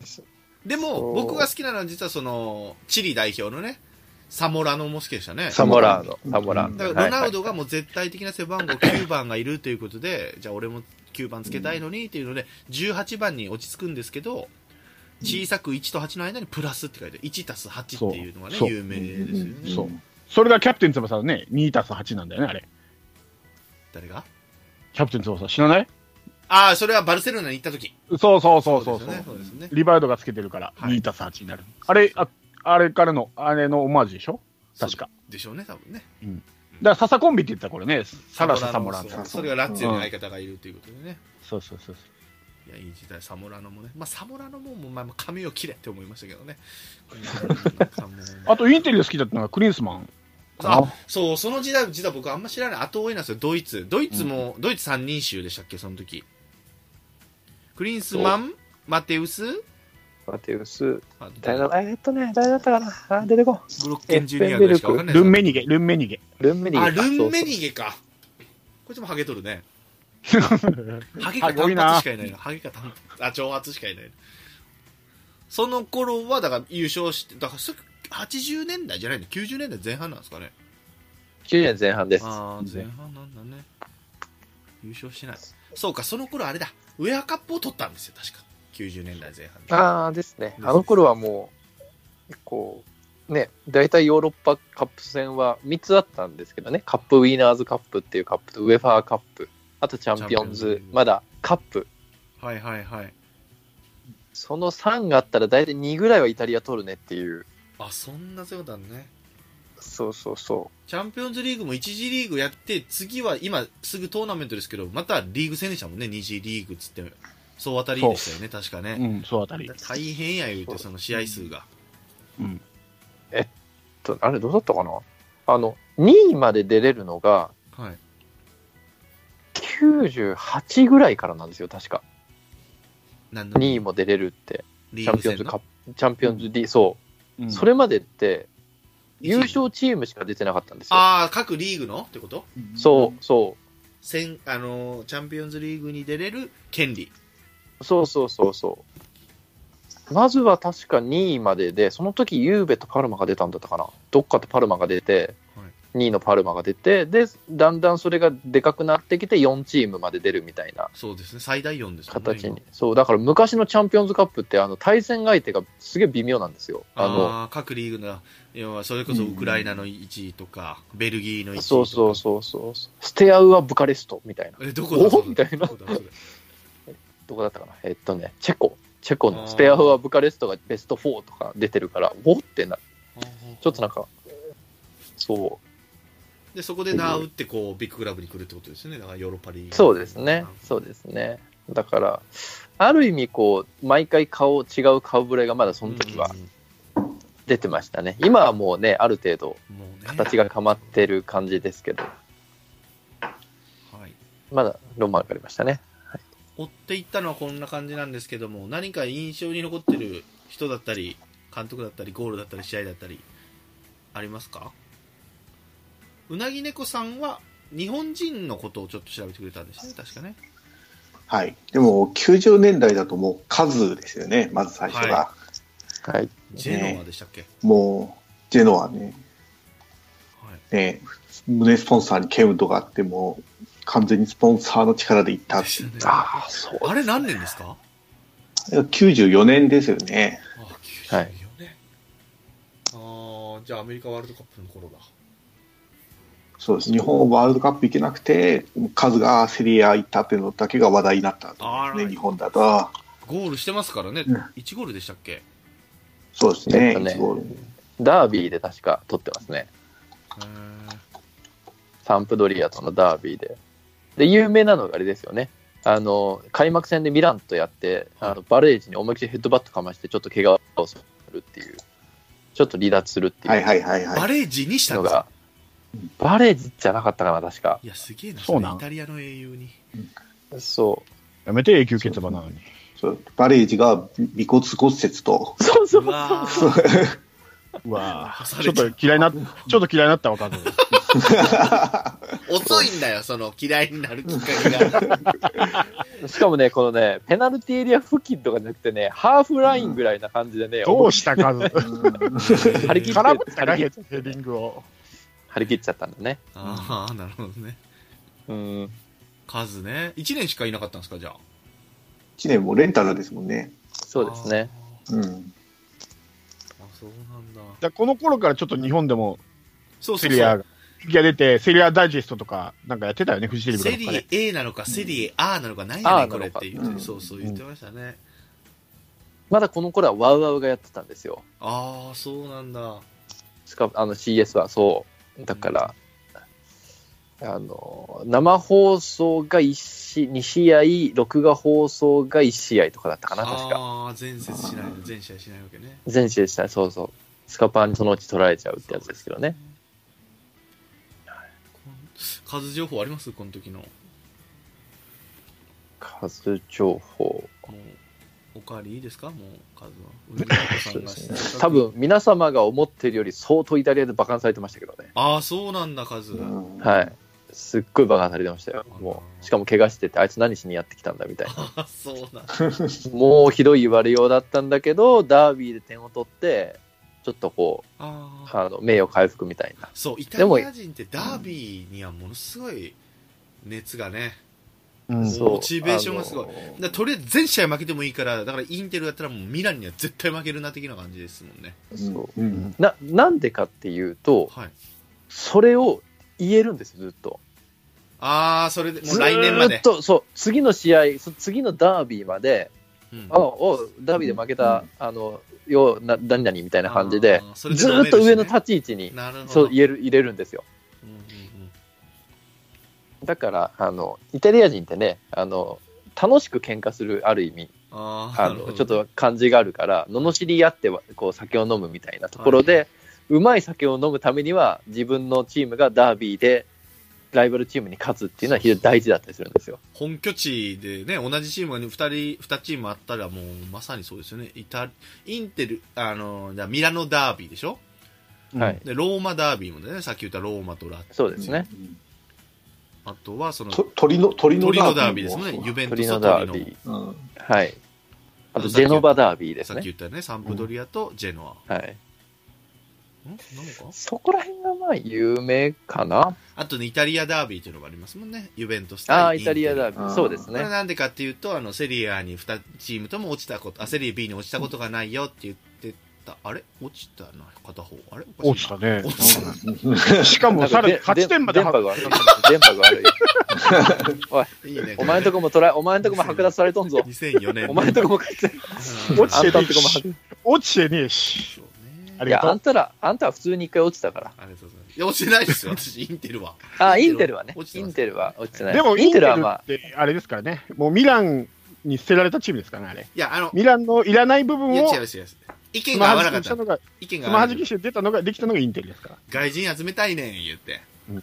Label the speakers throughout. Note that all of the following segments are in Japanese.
Speaker 1: です。
Speaker 2: で
Speaker 1: そ
Speaker 2: も
Speaker 1: う
Speaker 2: 僕が好きなのは実はそのチリ代表のねサモラノも好きでしたね
Speaker 3: サモラード、サモラード。
Speaker 2: だからロナウドがもう絶対的な背番号9番がいるということでじゃあ俺も9番つけたいのにっていうので18番に落ち着くんですけど小さく1と8の間にプラスって書いてある1たす8っていうのがね
Speaker 1: そう
Speaker 2: 有名ですよね
Speaker 1: そう。それがキャプテン翼のね、2たす8なんだよね、あれ。
Speaker 2: 誰が
Speaker 1: キャプテン翼、知らない
Speaker 2: ああそれはバルセロナに行った時
Speaker 1: そうそうそうそう
Speaker 2: です
Speaker 1: そ
Speaker 2: よね
Speaker 1: う。
Speaker 2: そうですね
Speaker 1: リバードがつけてるから、
Speaker 2: はい
Speaker 1: 2たす8になる。あれ、ああれからの、あれのオマージュでしょ確か。
Speaker 2: でしょうね多分ね
Speaker 1: だから、ササコンビって言ってた、これね。サラササモラン
Speaker 2: そ
Speaker 1: サ
Speaker 2: う。それがラッツィオの相方がいるということでね、
Speaker 1: そうそうそうそ
Speaker 2: い
Speaker 1: う。
Speaker 2: や、いい時代、サモラノもね。まあ、サモラノも、もうまあ、髪を切れって思いましたけ どね。
Speaker 1: あと、インテリで好きだったのがクリンスマン。
Speaker 2: あ、そう、その時代、実は僕あんま知らない。後追いなんですよ、ドイツ。ドイツも、ドイツ三人衆でしたっけ、その時。クリンスマン、マテウス、
Speaker 3: マテウス、
Speaker 2: あ
Speaker 3: 誰
Speaker 2: ブ
Speaker 3: だ、えーっとね、誰だったかな。あー、出てこん。
Speaker 2: ロッケンジュニアぐらいしかわかんない
Speaker 1: ルンメニゲ、ルンメ ニゲ。
Speaker 3: ルンメニゲ
Speaker 2: あ、
Speaker 3: か。
Speaker 2: ルンメ
Speaker 3: そう
Speaker 2: ニゲか。こいつもハゲとるね。ハゲか
Speaker 1: ハゲ多
Speaker 2: 単
Speaker 1: いな
Speaker 2: 発しかいないな。ハゲか単発、あ、長髪しかいない。その頃は、だから優勝して、だからすぐ80年代じゃないの ?90 年代前半なんですかね。
Speaker 3: そう9年前半です。
Speaker 2: ああ、前半なんだね。優勝してない。そうか、その頃あれだ。ウェアカップを取ったんですよ、確か。90年代前半で
Speaker 3: ああですね。あの頃はもう、こう、ね、大体ヨーロッパカップ戦は3つあったんですけどね、カップウィーナーズカップっていうカップと、ウェファーカップ、あとチャンピオン
Speaker 2: チャンピ
Speaker 3: ズ
Speaker 2: オンズ、
Speaker 3: まだカップ、
Speaker 2: はいはいはい。
Speaker 3: その3があったら大体2ぐらいはイタリア取るねっていう、
Speaker 2: あ、そんなそうだね。
Speaker 3: そうそうそ
Speaker 2: チャンピオンズリーグも1次リーグやって、次は今すぐトーナメントですけど、またリーグ戦でしたもんね、2次リーグっつって、総当たりでしたよね、確か
Speaker 1: う
Speaker 2: ね。
Speaker 1: ん、そうあたり。
Speaker 2: 大変や言うて、その試合数が。
Speaker 1: うん。
Speaker 3: うと。あれ、どうだったかなあの、2位まで出れるのが
Speaker 2: はい。
Speaker 3: 98ぐらいからなんですよ、確か。
Speaker 2: 何の
Speaker 3: 2位も出れるって、
Speaker 2: リ
Speaker 3: チ
Speaker 2: ー
Speaker 3: ャン
Speaker 2: グ
Speaker 3: ピオン
Speaker 2: 戦
Speaker 3: ズ
Speaker 2: の
Speaker 3: カップ、チャンピオンズ D、そう。それまでって、
Speaker 2: 一位
Speaker 3: 優勝チームしか出てなかったんですよ。
Speaker 2: ああ、各リーグのってこと
Speaker 3: そうそう。
Speaker 2: 戦あのーチャンピオンズリーグに出れる権利。
Speaker 3: そうそうそうそう。まずは確か2位までで、その時ユーベとパルマが出たんだったかな。どっかとパルマが出て、
Speaker 2: は
Speaker 3: 2位のパルマが出て、で、だんだんそれがでかくなってきて4チームまで出るみたいな
Speaker 2: そうですね、最大4ですもんね
Speaker 3: 形に。そう、だから昔のチャンピオンズカップって、あの、対戦相手がすげえ微妙なんですよ。あの、
Speaker 2: ああー、各リーグの、要はそれこそウクライナの1位とか、ベルギーの1位とか。
Speaker 3: そうそうそうそう。ステアウア・ブカレストみたいな。
Speaker 2: え、どこだそれ
Speaker 3: おみたいな
Speaker 2: どこだそれ
Speaker 3: どこだったかな。えっとね、チェコ。チェコのステアウア・ブカレストがベスト4とか出てるから、おってな、ちょっとなんか、そう、
Speaker 2: でそこでな打ってこうビッグクラブに来るってことですよねだからヨーロッパリーグ
Speaker 3: そうですね、そうですね。だから、ある意味、こう、毎回顔、違う顔ぶれがまだその時は
Speaker 2: うん
Speaker 3: 出てましたね。今はもうね、ある程度、
Speaker 2: もうね
Speaker 3: 形がかまってる感じですけど、
Speaker 2: はい、
Speaker 3: まだロマンがありましたね。
Speaker 2: 追っていったのはこんな感じなんですけども何か印象に残ってる人だったり監督だったりゴールだったり試合だったりありますかうなぎねこさんは日本人のことをちょっと調べてくれたんですね確かね
Speaker 4: はい。でも、90年代だともう数ですよね、まず最初が。
Speaker 2: は
Speaker 3: はい。
Speaker 2: ジェノアでしたっけ、
Speaker 4: もう、ジェノはね、
Speaker 2: はい、
Speaker 4: ね、胸スポンサーにケウドがあって、もう完全にスポンサーの力でい ったっていう。
Speaker 3: ああ、そう。
Speaker 2: あれ何年ですか
Speaker 4: 94年ですよね。
Speaker 2: あ
Speaker 3: は
Speaker 2: 94
Speaker 3: い
Speaker 2: 年、ああじゃあアメリカワールドカップの頃だ
Speaker 4: そうです。日本ワールドカップ行けなくて、数がセリア行ったっていうのだけが話題になったと思うんです
Speaker 2: あら
Speaker 4: ね、日本だと。
Speaker 2: ゴールしてますからね、
Speaker 4: うん
Speaker 2: 1ゴールでしたっけ、
Speaker 4: そうですね、
Speaker 3: えっとね
Speaker 4: 一ゴールに
Speaker 3: ダービーで確か撮ってますね。サンプドリアとのダービーで。で、有名なのがあれですよね。あの、開幕戦でミランとやって、あのバレージに思いっきりヘッドバットかまして、ちょっと怪我をするっていう、ちょっと離脱するっていう。
Speaker 4: はいはいはい
Speaker 2: バ
Speaker 4: はい。
Speaker 2: レージにした
Speaker 3: の
Speaker 2: んですか
Speaker 3: が、バレージじゃなかったかな、確か。
Speaker 2: いや、すげえな、
Speaker 1: そうなん
Speaker 2: れイタリアの英雄に。
Speaker 3: そ
Speaker 1: やめて、永久欠場なのに。
Speaker 4: そうバレージが尾骨骨折と、
Speaker 3: う。そうそうう。
Speaker 2: わー
Speaker 1: うわ
Speaker 2: 刺さ
Speaker 1: ぁちょ
Speaker 2: れ
Speaker 1: ったと嫌いな、ちょっと嫌いになったわ、カズ。
Speaker 2: 遅いんだよ、その嫌いになるきっかけが。
Speaker 3: しかもね、このね、ペナルティーエリア付近とかじゃなくてね、ハーフラインぐらいな感じでね、
Speaker 1: どうしたか、絡
Speaker 3: 張り切って、
Speaker 1: まったか、ヘディングを。
Speaker 3: 張り切っちゃったんだね。
Speaker 2: ああ、なるほどね。
Speaker 3: うん。
Speaker 2: 数ね。1年しかいなかったんですか、じゃあ。
Speaker 4: 1年もレンタルですもんね。
Speaker 3: そうですね。
Speaker 4: うん。
Speaker 2: あー。あ、そうなんだ。
Speaker 1: だからこの頃からちょっと日本でも
Speaker 2: そうそ
Speaker 1: セ
Speaker 2: うそ
Speaker 1: リア
Speaker 2: う。
Speaker 1: が人気が出て、セリアダイジェストとかなんかやってたよね、フジテレビ
Speaker 2: セ
Speaker 1: かなんかね
Speaker 2: リエ A なのか、セリエ R なのか、何やねん
Speaker 3: R
Speaker 2: これって言って、
Speaker 4: うん
Speaker 2: そうそう言ってましたね。
Speaker 3: まだこの頃はワウワウがやってたんですよ。
Speaker 2: ああ、そうなんだ。
Speaker 3: しかも、あの CS はそう。だから、あの、生放送が1試2試合、録画放送が1試合とかだったかな、確か。
Speaker 2: ああ、全節しない、全試合しないわけね。
Speaker 3: 全試合したそうそう。スカパーにそのうち取られちゃうってやつですけどね。
Speaker 2: こん。数情報ありますこの時の。も
Speaker 3: 数情報。
Speaker 2: う、おかわりいいですかもう、数は。
Speaker 3: そうですね。多分、。皆様が思ってるより相当イタリアでバカンされてましたけどね。
Speaker 2: ああ、そうなんだ、数。
Speaker 4: うん
Speaker 3: はい。すっごいバカンされてましたよ。もう、しかも怪我してて、あいつ何しにやってきたんだみたいな。
Speaker 2: ああ、そうなんだ。
Speaker 3: もうひどい言われようだったんだけど、ダービーで点を取って、ちょっとこう、
Speaker 2: ああ。
Speaker 3: あの名誉回復みたいな。
Speaker 2: そう、イタ
Speaker 3: でも
Speaker 2: リア人ってダービーにはものすごい熱がね、
Speaker 1: うん
Speaker 2: そうモチベーションがすごい
Speaker 3: あの
Speaker 2: だからとりあえず全試合負けてもいいから、だからインテルだったらもうミランには絶対負けるな的な感じですもんね。
Speaker 3: そ
Speaker 4: うん。
Speaker 3: な、なんでかっていうと、
Speaker 2: はい。
Speaker 3: それを言えるんですよ、ずっと。
Speaker 2: あー、それで、もう来年ま
Speaker 3: ずー
Speaker 2: で
Speaker 3: っ。と、そう、次の試合、そ次のダービーまで、
Speaker 2: うん
Speaker 3: あおダービーで負けた、
Speaker 4: うん
Speaker 3: あの、よう、な、何々みたいな感じで、
Speaker 2: あーそれで
Speaker 3: ず
Speaker 2: 飲め
Speaker 3: ー
Speaker 2: る
Speaker 3: っと上の
Speaker 2: しね
Speaker 3: 立ち位置に、
Speaker 2: なるほど。
Speaker 3: そう、言える、入れるんですよ。
Speaker 2: うんうんうん
Speaker 3: だから、あの、イタリア人ってね、あの、楽しく喧嘩する、ある意味、
Speaker 2: あー
Speaker 3: あ
Speaker 2: なるほ
Speaker 3: の
Speaker 2: ど
Speaker 3: ちょっと感じがあるから、罵り合ってはこう酒を飲むみたいなところで、うまい酒を飲むためには、自分のチームがダービーでライバルチームに勝つっていうのは非常に大事だったりするんですよ。
Speaker 2: 本拠地でね、同じチームが2人、2チームあったらもうまさにそうですよね。イタ、インテル、あの、じゃあミラノダービーでしょ
Speaker 3: はい、
Speaker 2: で、ローマダービーもね、さっき言ったローマとラ、
Speaker 3: そうですね。
Speaker 4: うん。
Speaker 2: あとはその、
Speaker 4: と鳥の、鳥の
Speaker 2: 鳥のダ
Speaker 4: ダ
Speaker 2: ー
Speaker 4: ー
Speaker 2: ビ
Speaker 4: ビ
Speaker 2: ーです
Speaker 4: ーも
Speaker 2: もんね。ユベント
Speaker 3: 鳥
Speaker 2: ス
Speaker 3: の
Speaker 2: と
Speaker 3: ダ
Speaker 2: 鳥
Speaker 3: ー
Speaker 2: の。
Speaker 3: ビ
Speaker 4: うん。
Speaker 3: ー、はい、あと
Speaker 2: さっ
Speaker 3: ジ
Speaker 2: き言った
Speaker 3: ェノバダービーで
Speaker 2: さ
Speaker 3: す
Speaker 2: っき
Speaker 3: ね。
Speaker 2: 言ったね、サンプドリアとジェノ
Speaker 3: はい、
Speaker 2: ア。んなのか
Speaker 3: そこら辺がまあ有名かな。
Speaker 2: あとね、イタリアダービーというのがありますもんね。ユベントス対
Speaker 3: ああ、イタリア
Speaker 2: ー
Speaker 3: ダービー、そうです
Speaker 2: これ
Speaker 3: ね。
Speaker 2: なんでかっていうと、あの、セリアに2チームとも落ちたこと、あ、セリア B に落ちたことがないよって言ってた。あれ落ちたな、片方。あれおか
Speaker 1: 落
Speaker 2: し
Speaker 1: ち
Speaker 2: いな
Speaker 1: たね。
Speaker 2: 落ちた。
Speaker 1: しかも、さらに
Speaker 3: で
Speaker 1: 8点まで
Speaker 3: 電波が悪い。電波が悪い。
Speaker 2: いいね。
Speaker 3: お前んとこもトライ、お前んとこも剥奪されとん ぞ。
Speaker 2: 2004年。
Speaker 3: お前んとこも
Speaker 2: うん
Speaker 1: 落
Speaker 3: あ
Speaker 1: ち
Speaker 3: ん
Speaker 1: て
Speaker 3: た
Speaker 1: ね
Speaker 3: んと
Speaker 1: え
Speaker 3: こも剥
Speaker 1: し。落ちてねえし。
Speaker 2: そうね
Speaker 1: あ
Speaker 3: い
Speaker 1: りが
Speaker 3: や、
Speaker 1: と
Speaker 3: あ。
Speaker 1: うん
Speaker 3: たら、あんたは普通に一回落ちたから。
Speaker 2: ありがとうございます。いや、落ちてないですよ、私、インテルは。
Speaker 3: あ、
Speaker 2: イ
Speaker 3: イ
Speaker 2: ン
Speaker 3: ンテ
Speaker 2: テル
Speaker 3: ル
Speaker 2: は
Speaker 3: はね。
Speaker 2: 落ちて
Speaker 3: イ
Speaker 2: ます
Speaker 3: ンテルは落ちてない。
Speaker 1: でも、
Speaker 3: イ
Speaker 1: イ
Speaker 3: ン
Speaker 1: ン
Speaker 3: テ
Speaker 1: テ
Speaker 3: ル
Speaker 1: ル
Speaker 3: はま
Speaker 1: っ
Speaker 3: あ、
Speaker 1: て、あれですからね。もうミランに捨てられたチームですからね、あれ。
Speaker 2: いや、あの、
Speaker 1: ミランのいらない部分
Speaker 2: いや、
Speaker 1: を
Speaker 2: 違う、違う違う。意
Speaker 1: つ
Speaker 2: 見
Speaker 1: ま
Speaker 2: が合わ
Speaker 1: は
Speaker 2: なか
Speaker 1: じ
Speaker 2: っ
Speaker 1: きしたた。のが、
Speaker 2: 意見
Speaker 1: つ
Speaker 2: が合
Speaker 1: ま
Speaker 2: わ
Speaker 1: は
Speaker 2: な
Speaker 1: じ
Speaker 2: かっ
Speaker 1: きして出たのが、できたのがインテルですから。
Speaker 2: た。外人集めたいねん、言って。
Speaker 1: うん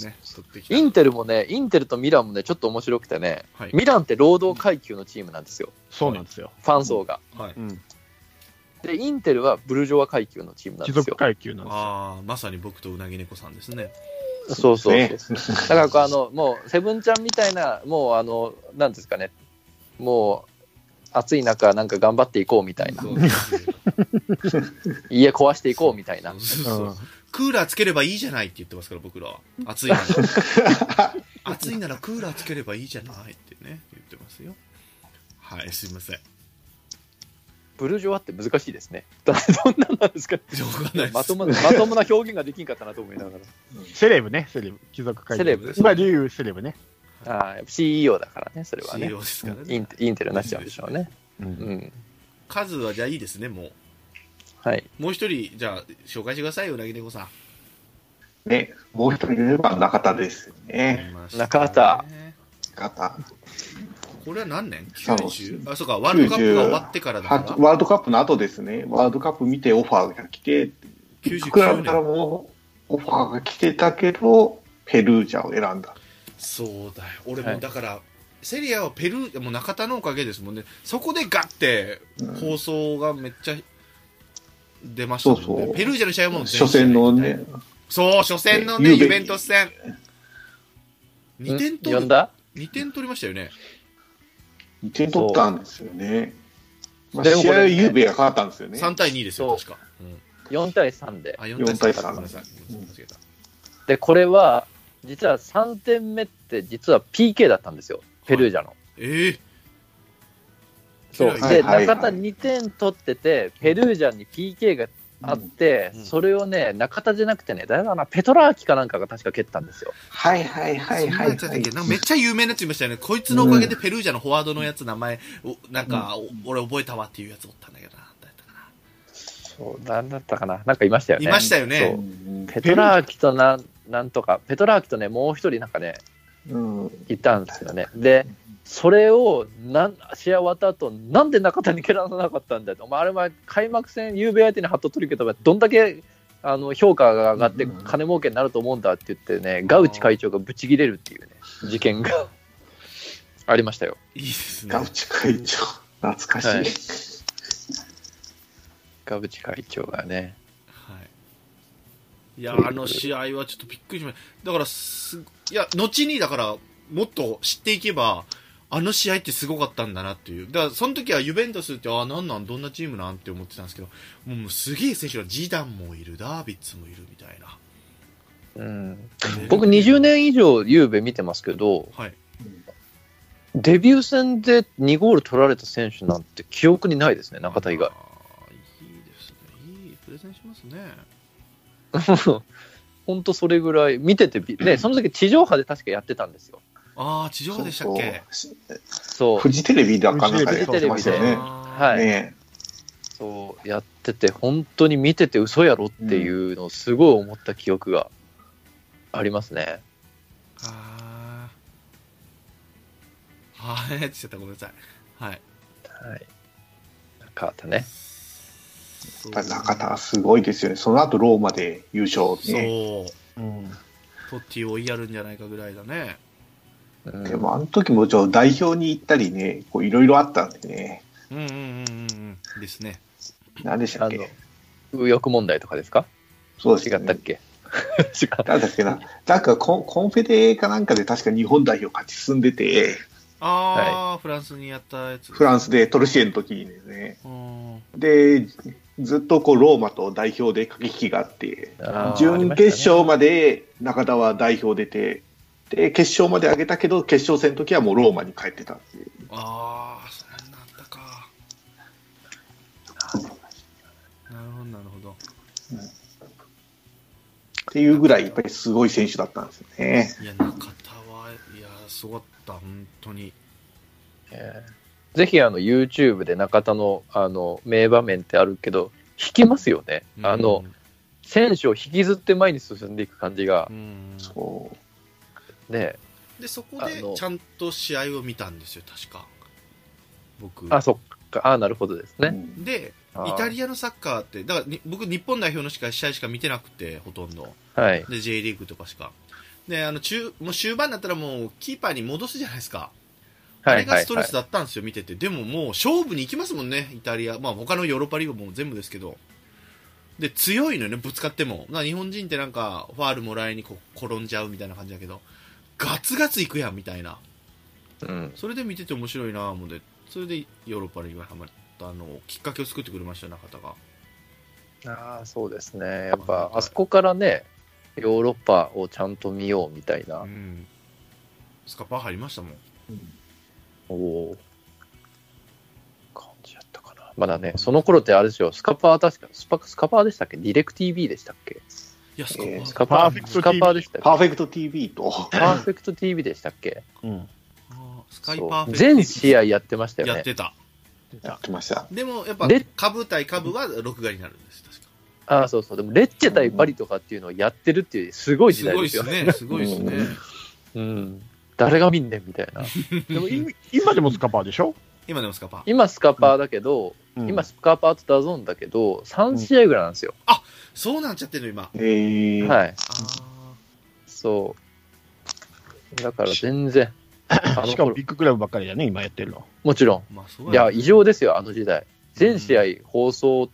Speaker 2: ね、取ってきた。
Speaker 3: インテルもね、インテルとミランもね、ちょっと面白くてね、
Speaker 2: はい。
Speaker 3: ミランって労働階級のチームなんですよ。
Speaker 1: そうなんですよ。
Speaker 3: ファン層が。
Speaker 2: はい。
Speaker 1: うん。
Speaker 3: で、インテルはブルジョワ階級のチームなん
Speaker 1: 貴
Speaker 3: です
Speaker 1: 族
Speaker 3: よ。
Speaker 1: 階級なんですよ。
Speaker 2: ああ、まさに僕とうなぎ猫さんですね。
Speaker 3: そうそう
Speaker 4: ね
Speaker 3: そう。だからこう、あの、もう、セブンちゃんみたいな、もう、あの、なんですかね、もう、暑い中、なんか頑張っていこうみたいな
Speaker 2: そ。うですね
Speaker 3: 家壊していこうみたいな。
Speaker 2: そうそう
Speaker 1: う
Speaker 2: そうんクーラーつければいいじゃないって言ってますから、僕らは。暑いなら。暑いならクーラーつければいいじゃないってね、言ってますよ。はい、すいません。
Speaker 3: ブルジョワって難しいですね。 だってどんなんなんですか
Speaker 2: しょうがないです。
Speaker 3: まともな、まともな表現ができんかったなと思いなが
Speaker 1: セレブね、セレブ。貴族階級。
Speaker 3: セレブ
Speaker 1: 今で言うセレブね。
Speaker 3: ら。あー CEO だからね、それはね
Speaker 2: CEO。ですから
Speaker 3: イン
Speaker 2: ね。
Speaker 3: テインテルになっちゃうんでしょうね。う
Speaker 1: う。
Speaker 3: んん。
Speaker 2: 数はじゃあいいですね、もう。
Speaker 3: はい。
Speaker 2: もう一人、じゃあ、紹介してください、うなぎねこさ
Speaker 4: ね、もう一人いれば中田ですよ
Speaker 2: ん。
Speaker 4: ね。
Speaker 3: 中畑
Speaker 4: 中田。
Speaker 2: これは何年
Speaker 4: そうです
Speaker 2: ?90? あ、そうか、ワールドカップが終わってからだか
Speaker 4: は
Speaker 2: ら。
Speaker 4: ワールドカップの後ですね。ワールドカップ見てオファーが来て、クラ
Speaker 2: 99
Speaker 4: ブから
Speaker 2: 年。
Speaker 4: もオファーが来てたけど、ペルージャを選んだ。
Speaker 2: そうだよ。俺
Speaker 3: は
Speaker 2: も
Speaker 3: い
Speaker 2: だから、セリアはペルー、もう中田のおかげですもんね。そこでガッて、
Speaker 4: うん
Speaker 2: 放送がめっちゃ出ましたもんね。
Speaker 4: そうそう
Speaker 2: ペルージャの試合はもう全
Speaker 4: 初戦のね、
Speaker 2: そう、初戦のね、
Speaker 4: ゆうべ
Speaker 2: ユベントス戦。2点取
Speaker 3: 呼
Speaker 2: る
Speaker 3: んだ
Speaker 2: 2点取りましたよね。
Speaker 4: 2点取ったんですよね。まあ、
Speaker 3: でもこ
Speaker 4: 試合
Speaker 3: れ
Speaker 4: はゆうべが勝ったんですよね。
Speaker 2: 3対2です
Speaker 3: そ
Speaker 2: よ、確か。うん、
Speaker 3: ?4 対3で
Speaker 2: あ、。4
Speaker 4: 4
Speaker 2: 対
Speaker 4: 対
Speaker 2: 3。ご
Speaker 4: 3
Speaker 2: めんなさい。間違えた
Speaker 3: で、これは、実は3点目って、実は PK だったんですよ。ペルージャの。
Speaker 2: ええ
Speaker 3: そう。
Speaker 4: はい
Speaker 3: で、
Speaker 4: はい
Speaker 3: 中田2点取ってて、ペルージャに PK があって、
Speaker 2: うん
Speaker 3: それをね、中田じゃなくてね、誰だな、ペトラーキかなんかが確か蹴ったんですよ。
Speaker 4: はいはいはいはい、
Speaker 2: そんな
Speaker 4: は
Speaker 2: やつだっ
Speaker 4: い
Speaker 2: たっけなんかめっちゃ有名なやついましたよね。こいつのおかげでペルージャのフォワードのやつ名前、おなんか、お俺覚えたわっていうやつおったんだけどな。誰だったかな
Speaker 3: そう、なんだったかな。なんかいましたよね。
Speaker 2: いましたよね
Speaker 3: そうペトラーキとなん、なんとか、ペトラーキとね、もう一人なんかね、
Speaker 4: うん、
Speaker 3: いたんですよね。で、それをなん試合終わった後なんで中田に蹴らなかったんだよって、お前、あれ前、開幕戦、ゆうべ相手にハット取りけど、どんだけあの評価が上がって
Speaker 4: うんうん
Speaker 3: 金儲けになると思うんだって言ってね、ガウチ会長がブチ切れるっていうね、事件がありましたよ。
Speaker 2: いいですね
Speaker 4: ガ。ウチ会長、懐かしい。
Speaker 3: はいガウチ会長がね。
Speaker 2: はい、いや、あの試合はちょっとびっくりしました。だからす、いや、後に、だから、もっと知っていけば、あの試合ってすごかったんだなっていう。だから、その時はユベントスって、ああ、なんなん、どんなチームなんって思ってたんですけど、もうすげえ選手が、ジダンもいる、ダービッツもいるみたいな。
Speaker 3: うん、僕、20年以上、ゆうべ見てますけど、
Speaker 2: はい。
Speaker 3: デビュー戦で2ゴール取られた選手なんて記憶にないですね、中田以外
Speaker 2: あ。ー。いいですね。いいプレゼンしますね。
Speaker 3: 本当それぐらい、見ててび、ね、その時地上波で確かやってたんですよ。
Speaker 2: ああ、地上波でしたっけ
Speaker 4: そうそう
Speaker 3: そう。
Speaker 4: フジテレビだかなんかで
Speaker 3: フジテレビ
Speaker 4: 撮ってましたよね。
Speaker 3: はい
Speaker 4: ね
Speaker 3: そうやってて本当に見てて嘘やろっていうのをすごい思った記憶がありますね、
Speaker 2: あーあー、って言っちゃった、ごめんなさい。はい。
Speaker 3: はい中畑ね
Speaker 2: そ
Speaker 4: や
Speaker 2: う
Speaker 4: っぱり中田はすごいですよね。その後ローマで優勝ね。
Speaker 2: そう。
Speaker 4: うん
Speaker 2: トッティを追いやるんじゃないかぐらいだね。
Speaker 3: うん
Speaker 4: でもあの時もちょっと代表に行ったりね、こういろいろあったんでね。
Speaker 2: うんうんうんうんうん。ですね。
Speaker 4: 何でしたっ
Speaker 3: あの
Speaker 4: け
Speaker 3: 右翼問題とかですか
Speaker 4: そうです
Speaker 3: 違
Speaker 4: よ
Speaker 3: ったっ
Speaker 4: ね。
Speaker 3: け 違う
Speaker 4: なんだっけな。なんかコンコンフェデかなんかで確か日本代表勝ち進んでて、
Speaker 2: ああ、フランスにやったやつ。
Speaker 4: フランスでトルシエの時にね。
Speaker 2: うん。
Speaker 4: で、ずっとこうローマと代表で駆け引きがあって、
Speaker 3: あー
Speaker 4: 準決勝まで中田は代表出て、で決勝まで上げたけど、決勝戦の時はもうローマに帰ってたっていう
Speaker 2: ああ、そんなんだか。なるほど、なるほど。
Speaker 4: っていうぐらい、やっぱりすごい選手だったんですよね。
Speaker 2: いや、中田は、いや、すごかった、本当に。
Speaker 3: ありましたねえーぜひあの YouTube で中田のあの名場面ってあるけど引きますよね、
Speaker 2: うん
Speaker 3: あの、選手を引きずって前に進んでいく感じが
Speaker 2: うん。
Speaker 4: そう
Speaker 3: ね
Speaker 2: で、そこ
Speaker 3: あ
Speaker 2: で
Speaker 3: の、
Speaker 2: ちゃんと試合を見たんですよ、確か。僕。
Speaker 3: あそっかあーなるほどです
Speaker 4: う
Speaker 3: ね、
Speaker 4: ん
Speaker 2: で、
Speaker 3: あー
Speaker 2: イタリアのサッカーって、だからに僕、日本代表のしか試合しか見てなくて、ほとんど。
Speaker 3: はい
Speaker 2: で、J リーグとかしか。で、あの、中、もう終盤になったらもう、キーパーに戻すじゃないですか。あ
Speaker 3: は
Speaker 2: れ
Speaker 3: いは
Speaker 2: が
Speaker 3: い
Speaker 2: ストレスだったんですよ、見てて。でももう、勝負に行きますもんね、イタリア。まあ、他のヨーロッパリーグも全部ですけど。で、強いのよね、ぶつかっても。な日本人ってなんか、ファールもらいにこう転んじゃうみたいな感じだけど、ガツガツ行くやん、みたいな。
Speaker 3: うん
Speaker 2: それで見てて面白いなぁ、思って。それで、ヨーロッパリーグにハマったのを、きっかけを作ってくれましたよ、中田が。
Speaker 3: ああそうですねやっぱあそこからねヨーロッパをちゃんと見ようみたいな、
Speaker 2: うん。スカパー入りましたもん。
Speaker 3: おー感じやったかなまだねその頃ってあれですよスカパー確かスパスカパーでしたっけディレク TV でしたっけ
Speaker 2: いや、スカパ
Speaker 4: え
Speaker 2: ー。
Speaker 4: ー
Speaker 3: スカパ
Speaker 1: パーフェ
Speaker 3: ー
Speaker 1: ク
Speaker 3: ス
Speaker 1: ト
Speaker 3: カ
Speaker 1: TV
Speaker 3: パーでしたっけ
Speaker 4: パーフェクト TV と、
Speaker 3: パーフェクト TV でしたっけ
Speaker 2: あースカイパ
Speaker 3: そう
Speaker 2: ーフェクト
Speaker 3: 全試合やってましたよ
Speaker 2: やっ
Speaker 3: ね
Speaker 2: てた。
Speaker 4: やってました。
Speaker 2: でも、やっぱ
Speaker 3: で、
Speaker 2: 株対株は録画になるんです、確か。
Speaker 3: ああそうそうでもレッチェ対バリとかっていうのをやってるっていうすごい時
Speaker 2: す
Speaker 3: 代
Speaker 2: ごい
Speaker 3: で
Speaker 2: です
Speaker 3: よ
Speaker 2: すね、すごいですね。
Speaker 3: うん誰が見んねんみたいな
Speaker 1: でもい今でもスカパーでしょ
Speaker 2: 今でもスカパー。
Speaker 3: 今スカパーだけど、今スカパーとダゾーンだけど3試合ぐらいなんですよ、
Speaker 2: そうなっちゃってるの、今。
Speaker 4: えー
Speaker 3: はい
Speaker 2: あ
Speaker 3: そう。だから全然。あの
Speaker 1: しかも
Speaker 3: 頃
Speaker 1: ビッグクラブばっかりだね、今やってるの。
Speaker 3: もちろ。
Speaker 2: ーまあ、そうんだ
Speaker 3: いや、異常ですよ、あの時代。全試合放送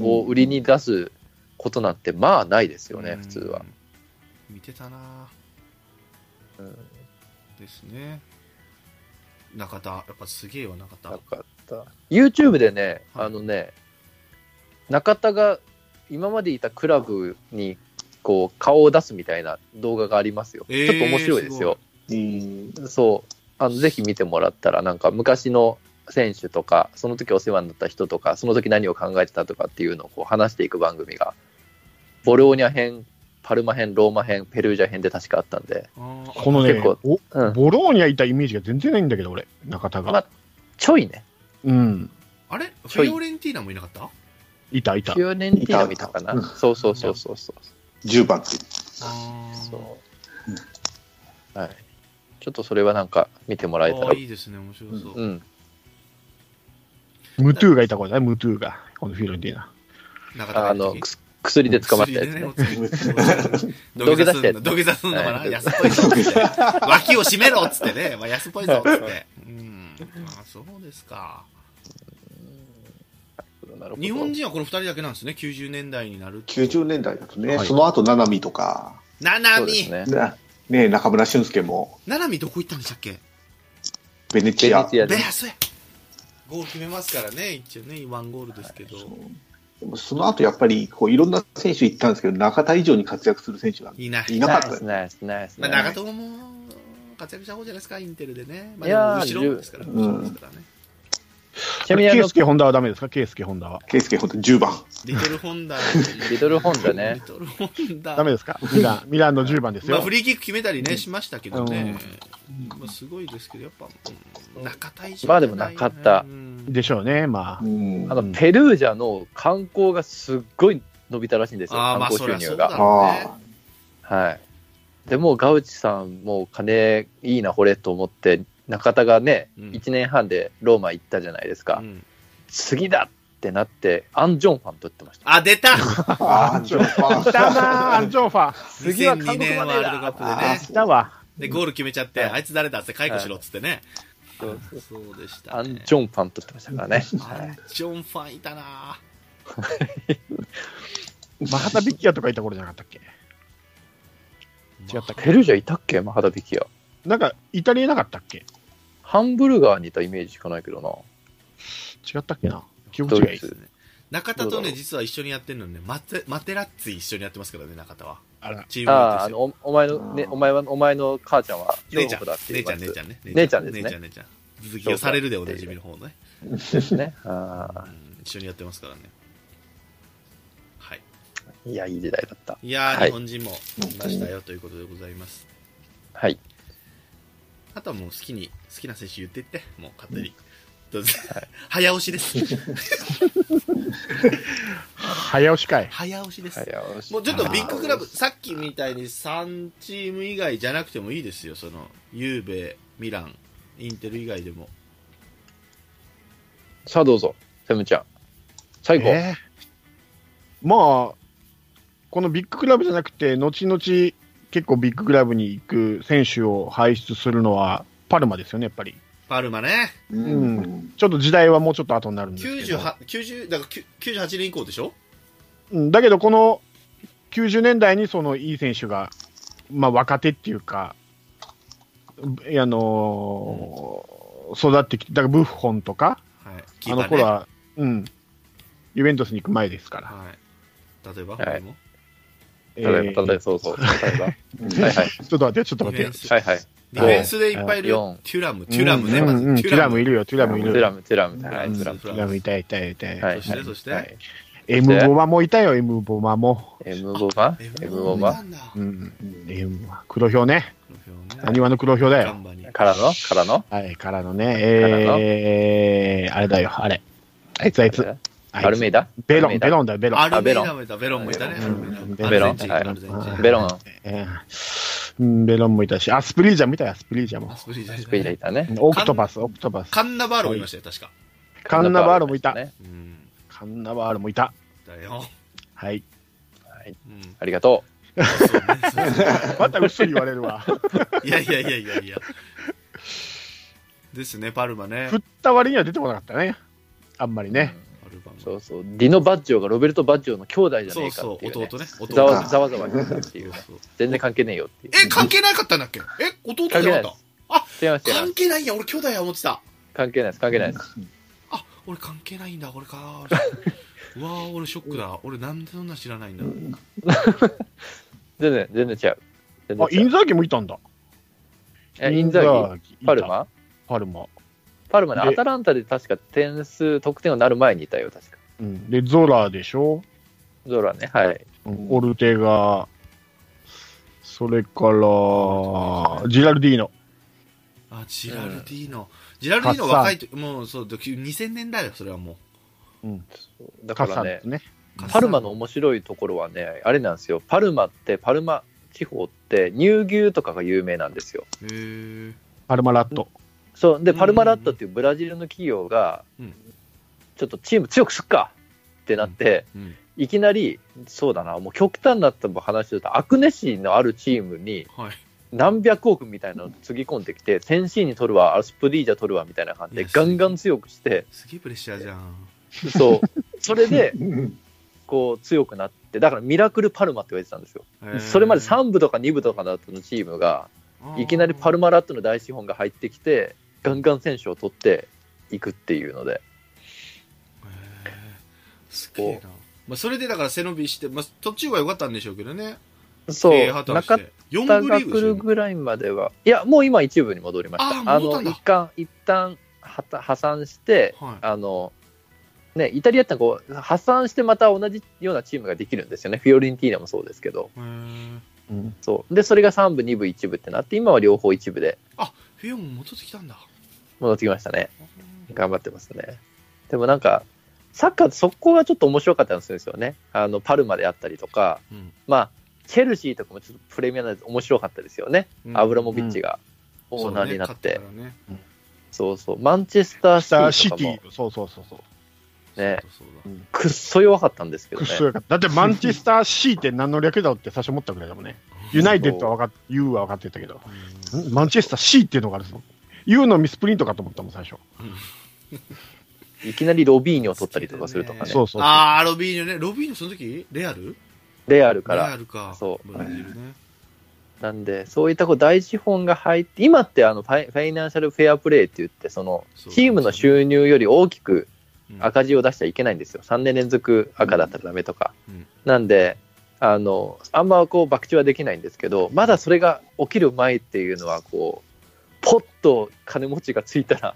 Speaker 3: を売りに出すことなんて、まあないですよね、普通は。。
Speaker 2: うん見てたな
Speaker 3: うん、
Speaker 2: ですね中田やっぱすげえわ中
Speaker 3: なか
Speaker 2: 田
Speaker 3: った。YouTube でね、
Speaker 2: はい
Speaker 3: あのね、中田が今までいたクラブにこう顔を出すみたいな動画がありますよ。
Speaker 2: えー
Speaker 3: ちょっと面白いですよ。
Speaker 4: うん
Speaker 3: そう。あの、ぜひ見てもらったら、なんか昔の選手とか、その時お世話になった人とか、その時何を考えてたとかっていうのをこう話していく番組が、ボルオーニャ編、パルマ編、ローマ編、ペルージャ編で確かあったんで、
Speaker 2: あー
Speaker 1: このね
Speaker 3: 結構、
Speaker 1: お
Speaker 3: うん、
Speaker 1: ボローニャいたイメージが全然ないんだけど、俺、中田
Speaker 3: ま
Speaker 1: が
Speaker 3: あ。ちょいね。
Speaker 1: うん。
Speaker 2: あれ
Speaker 3: ち
Speaker 2: フ
Speaker 3: ょい
Speaker 2: ィオレンティーナもいなかった
Speaker 1: いた、いた。
Speaker 3: 9年ティーナ見たかな。
Speaker 4: いた
Speaker 3: そうそうそうそうそう。
Speaker 4: 10番って
Speaker 2: あー
Speaker 3: そう。はい。ちょっとそれはなんか見てもらえた
Speaker 2: あ
Speaker 3: ら
Speaker 2: ー。いいですね面白そう、
Speaker 3: うん。
Speaker 1: ムトゥーがいた頃だね、ムトゥーが。このフィロンティーナ。
Speaker 2: 中田が
Speaker 3: あ
Speaker 2: いる時
Speaker 3: の、くす薬で捕まったやつ
Speaker 2: 薬
Speaker 3: ね。
Speaker 2: でね。土下座すんの、土下座すんのかな、
Speaker 3: はい
Speaker 2: 安っぽ いぞっつって。脇を締めろっつってね。まあ、安っぽいぞっつって。うん。まあ、そうですか。
Speaker 3: なるほど
Speaker 2: 日本人はこの二人だけなんですね。90年代になる。
Speaker 4: 90年代だとね、
Speaker 1: はい
Speaker 4: その後七海とか、
Speaker 2: なな
Speaker 3: そうで
Speaker 2: み
Speaker 3: すね。
Speaker 4: なね、中村俊輔も
Speaker 2: ななみどこ行ったんでしたっけ
Speaker 4: ベネチ
Speaker 3: ベ
Speaker 4: ア
Speaker 3: ネチア
Speaker 2: ベ
Speaker 3: で。
Speaker 2: アスやゴール決めますからね。一応ね、ワンゴールですけど。
Speaker 4: でもその後やっぱりこういろんな選手行ったんですけど中田以上に活躍する選手が
Speaker 2: いない。
Speaker 4: いなか
Speaker 3: ナ
Speaker 4: っ
Speaker 3: イ
Speaker 4: たで
Speaker 3: ス
Speaker 4: す
Speaker 3: ナイスナイス。
Speaker 2: まあ、
Speaker 3: ナイ
Speaker 2: 長
Speaker 3: ス
Speaker 2: 友も活躍した方じゃないですか、インテルでね。ま
Speaker 3: いや
Speaker 2: あ、
Speaker 3: ー
Speaker 2: でも後ろですから、
Speaker 4: 十
Speaker 2: 後ろですからね。
Speaker 3: ち
Speaker 1: ケ
Speaker 3: なみにあ
Speaker 1: イ
Speaker 3: の
Speaker 1: ス、ケ・ホンダはダメですかケイスケ・ホンダは。
Speaker 4: 圭佑本当に10番
Speaker 2: リトルホンダ。
Speaker 3: リトルホンダね
Speaker 2: リトルホンダ。
Speaker 1: ダメですかミラン、ミランの10番です
Speaker 2: まあ、
Speaker 1: よ
Speaker 2: フ。リーキック決めたりね、しましたけどね、まあ、すごいですけど、やっぱ、うん中田以上じゃ
Speaker 3: ま
Speaker 2: ない
Speaker 3: あでもなかった
Speaker 2: うん
Speaker 1: でしょうね、まあ。
Speaker 4: うん
Speaker 3: あの、ペルージャの観光がすっごい伸びたらしいんですよ、
Speaker 2: ああ、ま
Speaker 3: 観
Speaker 2: あ、そりゃ
Speaker 3: 光収入
Speaker 2: そうだ
Speaker 3: が。
Speaker 2: ろうね
Speaker 4: あ。
Speaker 3: はい。でもうガウチさん、もう金いいな、これと思って、中田がね、
Speaker 2: うん
Speaker 3: 1年半でローマ行ったじゃないですか。
Speaker 2: うん
Speaker 3: 次だってなって、アン・ジョンファン取ってました。
Speaker 2: あ、出た
Speaker 4: ああ10番
Speaker 1: 来たなあアンジョンファン。
Speaker 3: 次は韓国
Speaker 2: 2002年
Speaker 3: ま
Speaker 2: ワ
Speaker 3: で
Speaker 2: ールドカッ
Speaker 3: だ
Speaker 2: プ
Speaker 4: あ
Speaker 2: で
Speaker 4: ー
Speaker 2: ね。
Speaker 1: 来たわ。
Speaker 2: で、ゴール決めちゃって、
Speaker 3: はい
Speaker 2: あいつ誰だっつって解雇しろっつってね。
Speaker 3: そう
Speaker 2: そうでした、ね。
Speaker 3: アン・ジョンファン取ってましたからね。
Speaker 2: アンジョンファンいたな
Speaker 1: マハタビッキアとかいた頃じゃなかったっけ違ったっけ
Speaker 3: ペルージャいたっけマハダビキア。
Speaker 1: なんか、イタリアいなかったっけ
Speaker 3: ハンブルガーにいたイメージしかないけどな。
Speaker 1: 違ったっけな記憶
Speaker 3: ド
Speaker 1: 違
Speaker 3: イ
Speaker 1: い。
Speaker 3: ツ。
Speaker 2: 中田と
Speaker 3: どうだろう
Speaker 2: ね、実は一緒にやってるのね、マテマテラッツィ一緒にやってますからね、中田は。
Speaker 1: あら、
Speaker 2: チーム
Speaker 3: あ
Speaker 2: メイト
Speaker 3: あ、
Speaker 2: で
Speaker 3: あ
Speaker 2: すよ
Speaker 3: の、おお前の、ね、お前は、お前の母ちゃんは、
Speaker 2: 姉ちゃん
Speaker 3: だって、い
Speaker 2: 姉
Speaker 3: う
Speaker 2: ちゃ
Speaker 3: や
Speaker 2: ん、
Speaker 3: つ
Speaker 2: 姉ちゃんね。
Speaker 3: 姉ちゃんですね
Speaker 2: 姉ちゃん、姉ちゃん。続きをされるでおなじみの方ね。
Speaker 3: ですね。ああ
Speaker 2: うん一緒にやってますからね。はい。
Speaker 3: いや、いい時代だった。
Speaker 2: いやー、
Speaker 3: はい
Speaker 2: 日本人もいましたよということでございます。
Speaker 3: はい。
Speaker 2: あとはもう好きに、好きな選手言ってって、もう勝手に。どうぞ早押しです。
Speaker 1: 早押しかい。
Speaker 2: 早押しです。
Speaker 3: はい、よし
Speaker 2: もうちょっとビッグクラブ、さっきみたいに3チーム以外じゃなくてもいいですよ、その、ゆうべ、ミラン、インテル以外でも。
Speaker 3: さあどうぞ、セムちゃん。最後。
Speaker 1: えーまあ、このビッグクラブじゃなくて、後々結構ビッグクラブに行く選手を輩出するのはパルマですよね、やっぱり。
Speaker 2: パルマね、
Speaker 4: うん
Speaker 1: うちょっと時代はもうちょっと後になるんですけど。
Speaker 2: 98、90だからきゅ98年以降でしょ
Speaker 1: うんだけど、この90年代にそのいい選手が、まあ、若手っていうか、あのー育ってきて、だからブッフォンとか、
Speaker 2: はい。キ
Speaker 1: あ
Speaker 2: ーパ
Speaker 1: の
Speaker 2: ー
Speaker 1: 頃
Speaker 2: ね。
Speaker 1: は、うん、ユベントスに行く前ですから。
Speaker 2: はい。例えば、
Speaker 3: はい
Speaker 2: 他にも
Speaker 3: ただいま、ただい
Speaker 1: えー
Speaker 3: ま、そうそう。ただ いま。は
Speaker 4: うん
Speaker 3: いはい。
Speaker 1: ちょっと待って、ちょっ
Speaker 2: ディフ
Speaker 1: と待って
Speaker 2: ェン
Speaker 1: よ。
Speaker 2: ス。
Speaker 3: はいはい。
Speaker 2: ディフェンスでいっぱいいる
Speaker 3: は
Speaker 2: よ
Speaker 3: い。
Speaker 2: テュラム、テュラムね、
Speaker 1: うん
Speaker 2: ま
Speaker 1: うんうん
Speaker 2: ず。
Speaker 1: テュラムいるよ、テュラムい
Speaker 3: テ
Speaker 1: る
Speaker 3: ュラ
Speaker 1: よ。
Speaker 3: ム、テュラム。はい、
Speaker 1: うん
Speaker 3: テュラム。
Speaker 1: テュラムいたいたいたいた。
Speaker 3: はい。
Speaker 2: そしてそして
Speaker 3: はい。
Speaker 1: M ボマもいたよ、M ボマも。
Speaker 3: M5 が
Speaker 2: M5
Speaker 3: M5
Speaker 2: が
Speaker 3: が
Speaker 1: うん。
Speaker 4: うん
Speaker 1: M ボマ黒票ね。何話の黒票だよ。
Speaker 3: からのからの
Speaker 1: はい、からのね、えー、あれだよ、あれ。あいつあいつ。あいつ
Speaker 3: アルメイダ
Speaker 1: ベ
Speaker 3: アル
Speaker 1: ロ
Speaker 3: メ
Speaker 1: ン、
Speaker 3: イダ
Speaker 1: ベロンだよ、ベロン。
Speaker 2: アルベ
Speaker 3: ベロ
Speaker 2: ロンもいた、ベロンもいたね。
Speaker 1: うん
Speaker 2: アルゼンチン
Speaker 3: ベロン
Speaker 2: アルゼンチン
Speaker 1: はい
Speaker 3: ベロン、
Speaker 1: えーうんベロンもいたし、アスプリージャ見たよ、アスプリージャも
Speaker 2: ア。スプリー
Speaker 3: スペイダいたね。
Speaker 1: オクトパス、オクトパス。
Speaker 2: カンナバーロもいましたよ、確か。
Speaker 1: カンナバールもいた。
Speaker 3: ね
Speaker 2: うん。
Speaker 1: カンナバールもいた。
Speaker 2: だよ。
Speaker 1: はい。
Speaker 2: うん。
Speaker 3: ありがと
Speaker 2: そうねそうそう
Speaker 1: また嘘言われるわ。
Speaker 2: いやいやいやいやいや。ですね、パルマね
Speaker 1: 振。った割には出てこなかったね。あんまりね。
Speaker 3: う。
Speaker 2: アルバム。
Speaker 3: そうそう、ディノ・バッジョがロベルト・バッジョの兄弟じゃねえかっていう、ね。
Speaker 2: そうそう弟ね弟
Speaker 3: ざわざわざわしてたっていう。
Speaker 2: そう
Speaker 3: 全然関係ねえよっていう。
Speaker 2: え、関係なかったんだっけえ、弟じゃなか
Speaker 3: 違い
Speaker 2: った
Speaker 3: ます、違いま
Speaker 2: 関
Speaker 3: す。
Speaker 2: 係ないんや、俺兄弟や思ってた。
Speaker 3: 関係ないです、関係ないです。
Speaker 2: あ、俺関係ないんだ、俺か。 うわー、俺ショックだ。俺なんでそんな知らないんだ。
Speaker 3: 全然、全然違う。全
Speaker 1: あ、イ
Speaker 3: 然違
Speaker 1: ン
Speaker 3: う。
Speaker 1: ザーギもいたんだ。
Speaker 3: えインザーギ
Speaker 1: ギいた
Speaker 3: パルマ
Speaker 1: パルマ。
Speaker 3: パルマね、
Speaker 1: で
Speaker 3: アタランタで確か点数、得点をなる前にいたよ、確か。
Speaker 1: うん。で、ゾラでしょ、
Speaker 3: ゾラね、はい。
Speaker 1: うん、オルテガ、それから、ジラルディーノ。
Speaker 2: あ、ジラルディーノ。ジラルディーノ若いともうそう、2000年代だよ、それはも
Speaker 3: だか
Speaker 1: カ
Speaker 3: ら
Speaker 1: サ
Speaker 3: ね
Speaker 1: です、ね。
Speaker 2: う。
Speaker 3: パルマの面白いところはね、あれなんですよ。パルマって、パルマ地方って乳牛とかが有名なんですよ。
Speaker 2: へー
Speaker 1: パルマラット。
Speaker 3: そう。で、
Speaker 2: うん
Speaker 3: パルマラットっていうブラジルの企業が
Speaker 2: うん、
Speaker 3: ちょっとチーム強くすっかってなって、
Speaker 2: うん。
Speaker 3: いきなり、そうだな、もう極端なった話だと、アクネ市のあるチームに
Speaker 2: はい。
Speaker 3: 何百億みたいなのつぎ込んできて、センシーニ取るわ、アスプリージャ取るわみたいな感じで、
Speaker 2: いや
Speaker 3: ガンガン強くして、
Speaker 2: すげえプレッシャーじゃん。
Speaker 3: そう、それで、
Speaker 4: うん
Speaker 3: こう、強くなって、だからミラクルパルマって言われてたんですよ。
Speaker 2: へー
Speaker 3: それまで3部とか2部とかだったのチームが、いきなりパルマラットの大資本が入ってきて、ガンガン選手を取っていくっていうので、
Speaker 2: へーすげえな。まあ、それでだから背伸びして、まあ、途中は良かったんでしょうけどね。
Speaker 3: そ
Speaker 2: 経営
Speaker 3: う、
Speaker 2: 破綻
Speaker 3: 中
Speaker 2: して。4
Speaker 3: タ
Speaker 2: 部
Speaker 3: が
Speaker 2: リー
Speaker 3: 来る
Speaker 2: グでしょ
Speaker 3: ぐらいまでは、いや、もう今、一部に戻りました。
Speaker 2: あー戻ったんだ
Speaker 3: の一旦一旦はた破産して、
Speaker 2: はい
Speaker 3: あのね、イタリアってこう破産してまた同じようなチームができるんですよね、フィオレンティーナもそうですけど、
Speaker 2: へー
Speaker 1: うん。
Speaker 3: そうでそれが3部、2部、1部ってなって、今は両方一部で
Speaker 2: フィオも戻ってきたんだ。
Speaker 3: 戻ってきましたね、頑張ってますね。でもなんか、サッカーってそこがちょっと面白かったりするんですよね、あのパルマであったりとか、
Speaker 2: うん
Speaker 3: まあ、チェルシーとかもちょっとプレミアムなんで面白かったですよね、
Speaker 2: うん
Speaker 3: アブラモビッチがオ
Speaker 2: そ
Speaker 3: ー
Speaker 2: う
Speaker 3: ナ
Speaker 2: だ
Speaker 3: ーに
Speaker 2: ね
Speaker 3: なって。
Speaker 2: 勝たからね
Speaker 3: そうそう、マンチェスタ
Speaker 1: スター
Speaker 3: ーシティ
Speaker 1: シ
Speaker 3: と
Speaker 1: テ
Speaker 3: かも
Speaker 1: ィ。そうそうそうそう。
Speaker 3: ね
Speaker 2: そうだそう
Speaker 3: くっそ弱かったんですけど
Speaker 1: くっ
Speaker 3: ね。
Speaker 1: そよかった。だってマンチェスター C って何の略だろうって最初思ったぐらいだもんね。ユナイテッドは分かっ、U は分かってたけど、
Speaker 2: だうん
Speaker 1: んマンチェスター C っていうのがあるぞ。U のミスプリントかと思ったもん、最初。
Speaker 3: いきなりロビーニョを取ったりとかするとかね。
Speaker 1: そうそう。
Speaker 2: あー、ロビーニョね。ロビーニョその時レアル
Speaker 3: レアルか
Speaker 2: レア
Speaker 3: ら。
Speaker 2: ルか。
Speaker 3: そう
Speaker 2: ブラジルね。
Speaker 3: なんで、そういったこう大資本が入って、今ってあのファイファイナンシャルフェアプレーって言って、その
Speaker 2: そう
Speaker 3: チームの収入より大きく
Speaker 2: うん
Speaker 3: 赤字を出しちゃいけないんですよ。3年連続赤だったらダメとか。
Speaker 2: うん
Speaker 3: なんで、あの、あんまこう、博打はできないんですけど、まだそれが起きる前っていうのは、こう、ポッと金持ちがついたら、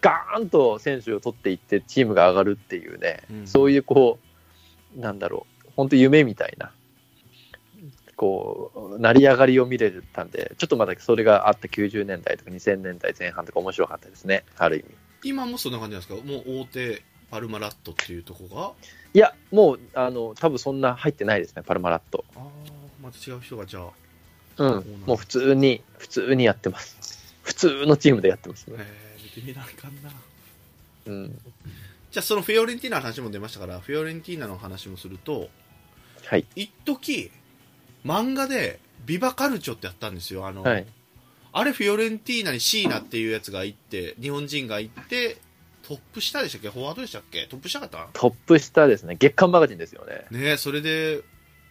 Speaker 3: ガーンと選手を取っていって、チームが上がるっていうね、
Speaker 2: うん
Speaker 3: そういうこう、なんだろう、本当夢みたいな、こう、成り上がりを見れたんで、ちょっとまだそれがあった90年代とか2000年代前半とか面白かったですね、ある意味。
Speaker 2: 今もそんな感じなんですかもう大手パルマラットっていうとこが、
Speaker 3: いや、もう、あの、多分そんな入ってないですね、パルマラット。
Speaker 2: あー、また違う人がじゃあ。
Speaker 3: うん、もう普通に、普通にやってます。普通のチームでやってますね。
Speaker 2: えー、見てみなあかんな。
Speaker 3: うん。
Speaker 2: じゃあそのフィオレンティーナの話も出ましたから、フィオレンティーナの話もすると、
Speaker 3: はい。
Speaker 2: 一時漫画でビバカルチョってやったんですよ。あの、
Speaker 3: はい。
Speaker 2: あれフィオレンティーナにシーナっていうやつが行って、日本人が行って、トップ下でしたっけフォワードでしたっけトップ下かった
Speaker 3: トップ下ですね。月刊マガジンですよね。
Speaker 2: ねえそれで、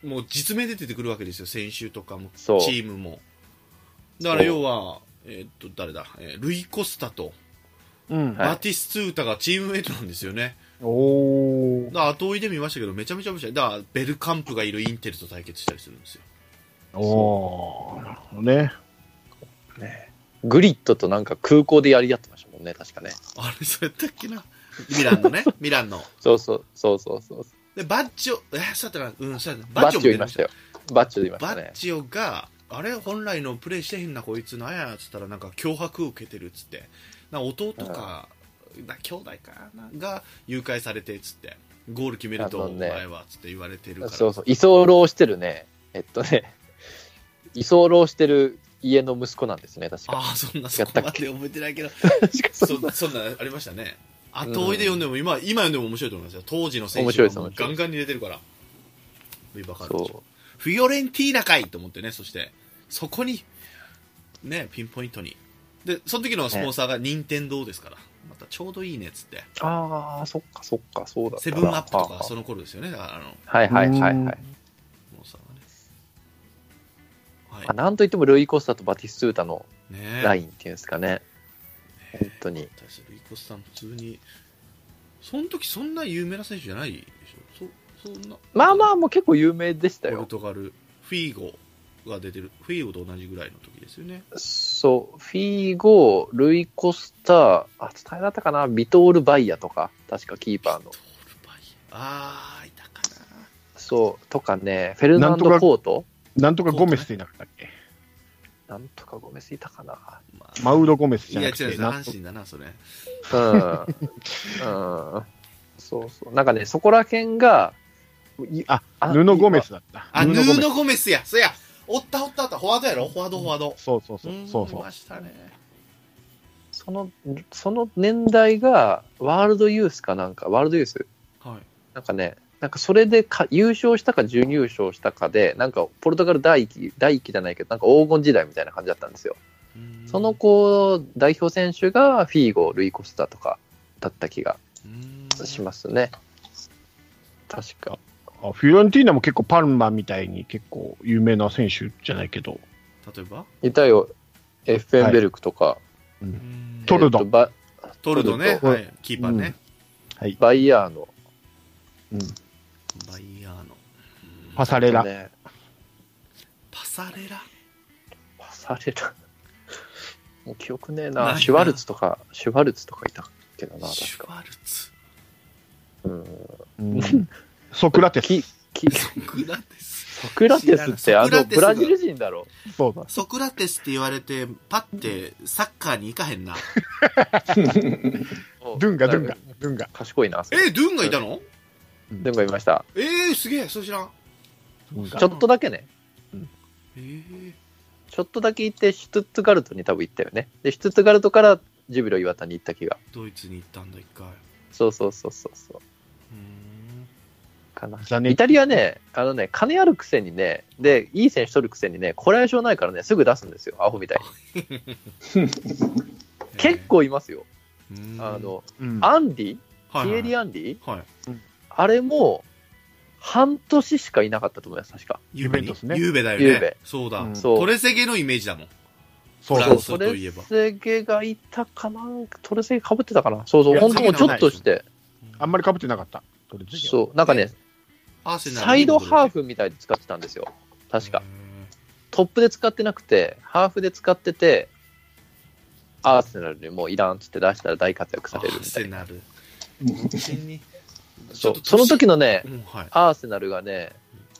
Speaker 2: もう実名で出てくるわけですよ。選手とかも、チ
Speaker 3: そう
Speaker 2: ームも。だから
Speaker 3: そう
Speaker 2: 要は、えーっと、誰だ、えールイ・コスタと、
Speaker 1: う
Speaker 3: は
Speaker 1: ん。
Speaker 3: い
Speaker 2: バティス・ツータがチームメイトなんですよね。
Speaker 1: おー
Speaker 2: だ。から後追いで見ましたけど、めちゃめちゃ面白い。だから、ベルカンプがいるインテルと対決したりするんですよ。
Speaker 1: おー。なるほどね。
Speaker 3: グリッドとなんか空港でやり合ってましたもんね、確かね。
Speaker 2: あれ、そうやったっけな。ミラ ンのね、ミランの。
Speaker 3: そうそう、そうそうそう。
Speaker 2: で、バッジョ、えーそうやったな、うん、そうやった
Speaker 3: バッチョいました
Speaker 2: よ
Speaker 3: よ。バッチョいました
Speaker 2: バ
Speaker 3: ね
Speaker 2: ッ。ジオが、あれ本来のプレイしてへんなこいつなんやっつったらなんか脅迫を受けてるっつってなんか弟か、な兄弟かなが誘拐されてっつってゴール決めると
Speaker 3: あ
Speaker 2: お
Speaker 3: のね
Speaker 2: 前はっつって言われてるから
Speaker 3: そうそう。居候してるね。えっとね、居候してる家の息子なんですね、確か。
Speaker 2: ああそんなそ
Speaker 3: やっ
Speaker 2: こ
Speaker 3: た
Speaker 2: ま
Speaker 3: っ
Speaker 2: で覚えてないけど
Speaker 3: 確か そう
Speaker 2: そそんなありましたね後追いで読んでも今,、今読んでも面白いと思いますよ当時の選
Speaker 3: 面
Speaker 2: 手
Speaker 3: 白い
Speaker 2: が
Speaker 3: です
Speaker 2: もう
Speaker 3: 面白
Speaker 2: ガ
Speaker 3: い
Speaker 2: ン
Speaker 3: です
Speaker 2: ガンに出てるからウィバカルチョ
Speaker 3: そ
Speaker 2: フィオレンティーナかいと思ってね、そして、そこに、ね、ピンポイントに。で、その時のスポンサーが任天堂ですから、またちょうどいいねっつって
Speaker 3: ああ、そっかそっか、そうだった
Speaker 2: セ
Speaker 3: な
Speaker 2: ブンアップと
Speaker 3: はあ
Speaker 2: か
Speaker 3: はあ
Speaker 2: その頃ですよねだからあの
Speaker 3: はいはいはいはい。
Speaker 2: モンさんはねは
Speaker 3: まあなんといってもルイ・コスタとバティストゥータの
Speaker 2: いね
Speaker 3: ラインっていうんですかね。本当に。
Speaker 2: 私ルイコスさん普通にその時そんな有名な選手じゃないでしょそそんな
Speaker 3: まあまあ、もう結構有名でした
Speaker 2: ポル
Speaker 3: よ。
Speaker 2: トガルフィーゴが出てるフィーゴと同じぐらいの時ですよね
Speaker 3: そう、フィーゴ、ルイ・コスタ、あ、伝えだったかな、ビトール・バイヤとか、確かキーパー
Speaker 2: ド
Speaker 3: の
Speaker 2: ー。ルバイエあーいたかな
Speaker 3: そう、とかね、フェルナンド
Speaker 1: なんとか・
Speaker 3: コート
Speaker 1: なんとかゴメスっていなかったっけ
Speaker 3: なんとかごめんすいたかな。
Speaker 2: ま
Speaker 1: マウロゴメス
Speaker 2: い
Speaker 1: じゃ
Speaker 2: や違
Speaker 1: な
Speaker 2: う
Speaker 1: くて。
Speaker 2: 違う
Speaker 1: なん
Speaker 2: 阪
Speaker 1: と
Speaker 2: 神だなそれ
Speaker 3: うん。うん。そうそう。なんかね、そこら辺が、い
Speaker 1: あ、布ゴメ
Speaker 3: ス
Speaker 1: スだった。
Speaker 2: あヌ
Speaker 1: ゴメ
Speaker 2: ー
Speaker 1: ス
Speaker 2: ノ・ゴメスやそやおったおったおったフォワードやろフォワードフォワード
Speaker 1: そうそうそう。そうそ
Speaker 2: んいうま。したね
Speaker 3: その、その年代が、ワールドユースかなんか、ワールドユース
Speaker 2: はい
Speaker 3: なんかね、なんかそれでか優勝したか準優勝したかで、なんかポルトガル第一期、第一期じゃないけど、なんか黄金時代みたいな感じだったんですよ。
Speaker 2: うん
Speaker 3: その子、代表選手がフィーゴ、ルイ・コスタとかだった気が
Speaker 2: うん
Speaker 3: しますね。確か。
Speaker 1: あフィロンティーナも結構パルマみたいに結構有名な選手じゃないけど。
Speaker 2: 例えば
Speaker 3: いたよ、エッフェンベルクとか、
Speaker 2: うん
Speaker 1: トルド
Speaker 3: えっとバ
Speaker 2: トルドね
Speaker 3: トル、ド
Speaker 2: はい、キーパーね、
Speaker 3: バイヤーの、
Speaker 1: うん。
Speaker 2: バイヤーの
Speaker 1: パサレラ。
Speaker 3: ね、
Speaker 2: パサレラ
Speaker 3: パサレラ。 もう記憶ねえ
Speaker 2: ない
Speaker 3: な。
Speaker 2: な
Speaker 3: シュワルツとか、シュワルツとかいたけどな、
Speaker 2: シ
Speaker 3: 確
Speaker 2: ュ
Speaker 3: か。
Speaker 2: ワルツ
Speaker 3: うん、
Speaker 1: うんソクラテ
Speaker 3: き
Speaker 1: ス。
Speaker 3: き
Speaker 2: ソクラテス
Speaker 3: ソクラテスっ
Speaker 2: 知
Speaker 3: て
Speaker 2: ら
Speaker 3: あ
Speaker 2: ないソクラ
Speaker 3: のブラ
Speaker 2: テスが
Speaker 3: ジル人だろ
Speaker 1: そうだ。
Speaker 2: ソクラテスって言われてパッてサッカーに行かへんな
Speaker 1: ドゥンガ、ドゥンガ、ドゥンガ。
Speaker 3: 賢いなそれ
Speaker 2: えドゥンがいたの
Speaker 3: ドゥンガいました
Speaker 2: えー、すげえそう知らん
Speaker 1: ドゥンガ
Speaker 3: ちょっとだけね
Speaker 2: えー、
Speaker 3: ちょっとだけ行ってシュトゥットガルトに多分行ったよねでシュトゥットガルトからジュビロ磐田に行った気が
Speaker 2: ドイツに行ったんだ一回う
Speaker 3: そうそうそうそうそう
Speaker 2: ーん
Speaker 3: かな
Speaker 1: ザネッ
Speaker 3: イタリアねあのね金あるくせにねでいい選手取るくせにねこらえ性ないからねすぐ出すんですよアホみたいに結構いますよ
Speaker 2: えー
Speaker 3: あの
Speaker 1: うん
Speaker 3: アンディ
Speaker 2: は
Speaker 3: ティ
Speaker 2: いは
Speaker 3: エ
Speaker 2: い
Speaker 3: リアンディ
Speaker 2: はい
Speaker 3: あれも半年しかいなかったと思います確か
Speaker 2: ユーベ
Speaker 1: ユベン
Speaker 2: に
Speaker 1: トスね
Speaker 2: ユーベだよね
Speaker 3: ユーベ
Speaker 2: そうだ、
Speaker 1: うん
Speaker 3: そう
Speaker 2: トレセゲのイメージだもん
Speaker 1: そう
Speaker 2: フ
Speaker 1: そ
Speaker 2: ラ
Speaker 1: う
Speaker 2: ン。ス
Speaker 3: ト
Speaker 2: と
Speaker 3: レ
Speaker 2: いえば
Speaker 3: セゲがいたかなトレセゲかぶってたかなそうそ、
Speaker 1: いうや
Speaker 3: 本当もうちょっとして、
Speaker 1: あんまり被ってなかった。それ次は
Speaker 3: そう、なんかね、
Speaker 2: アーセナル
Speaker 3: サイドハー
Speaker 2: フ
Speaker 3: フみたいで使ってたんですよ。確か。トップで使ってなくて、ハーフで使ってて、アーセナルにもういらんっつって出したら大活躍さ
Speaker 2: ア
Speaker 3: れる
Speaker 2: ー
Speaker 3: みた
Speaker 2: セ
Speaker 3: いな。
Speaker 2: ナル
Speaker 3: そうその時
Speaker 2: の、
Speaker 3: のね
Speaker 2: う、んはい、
Speaker 3: アーセナルがね、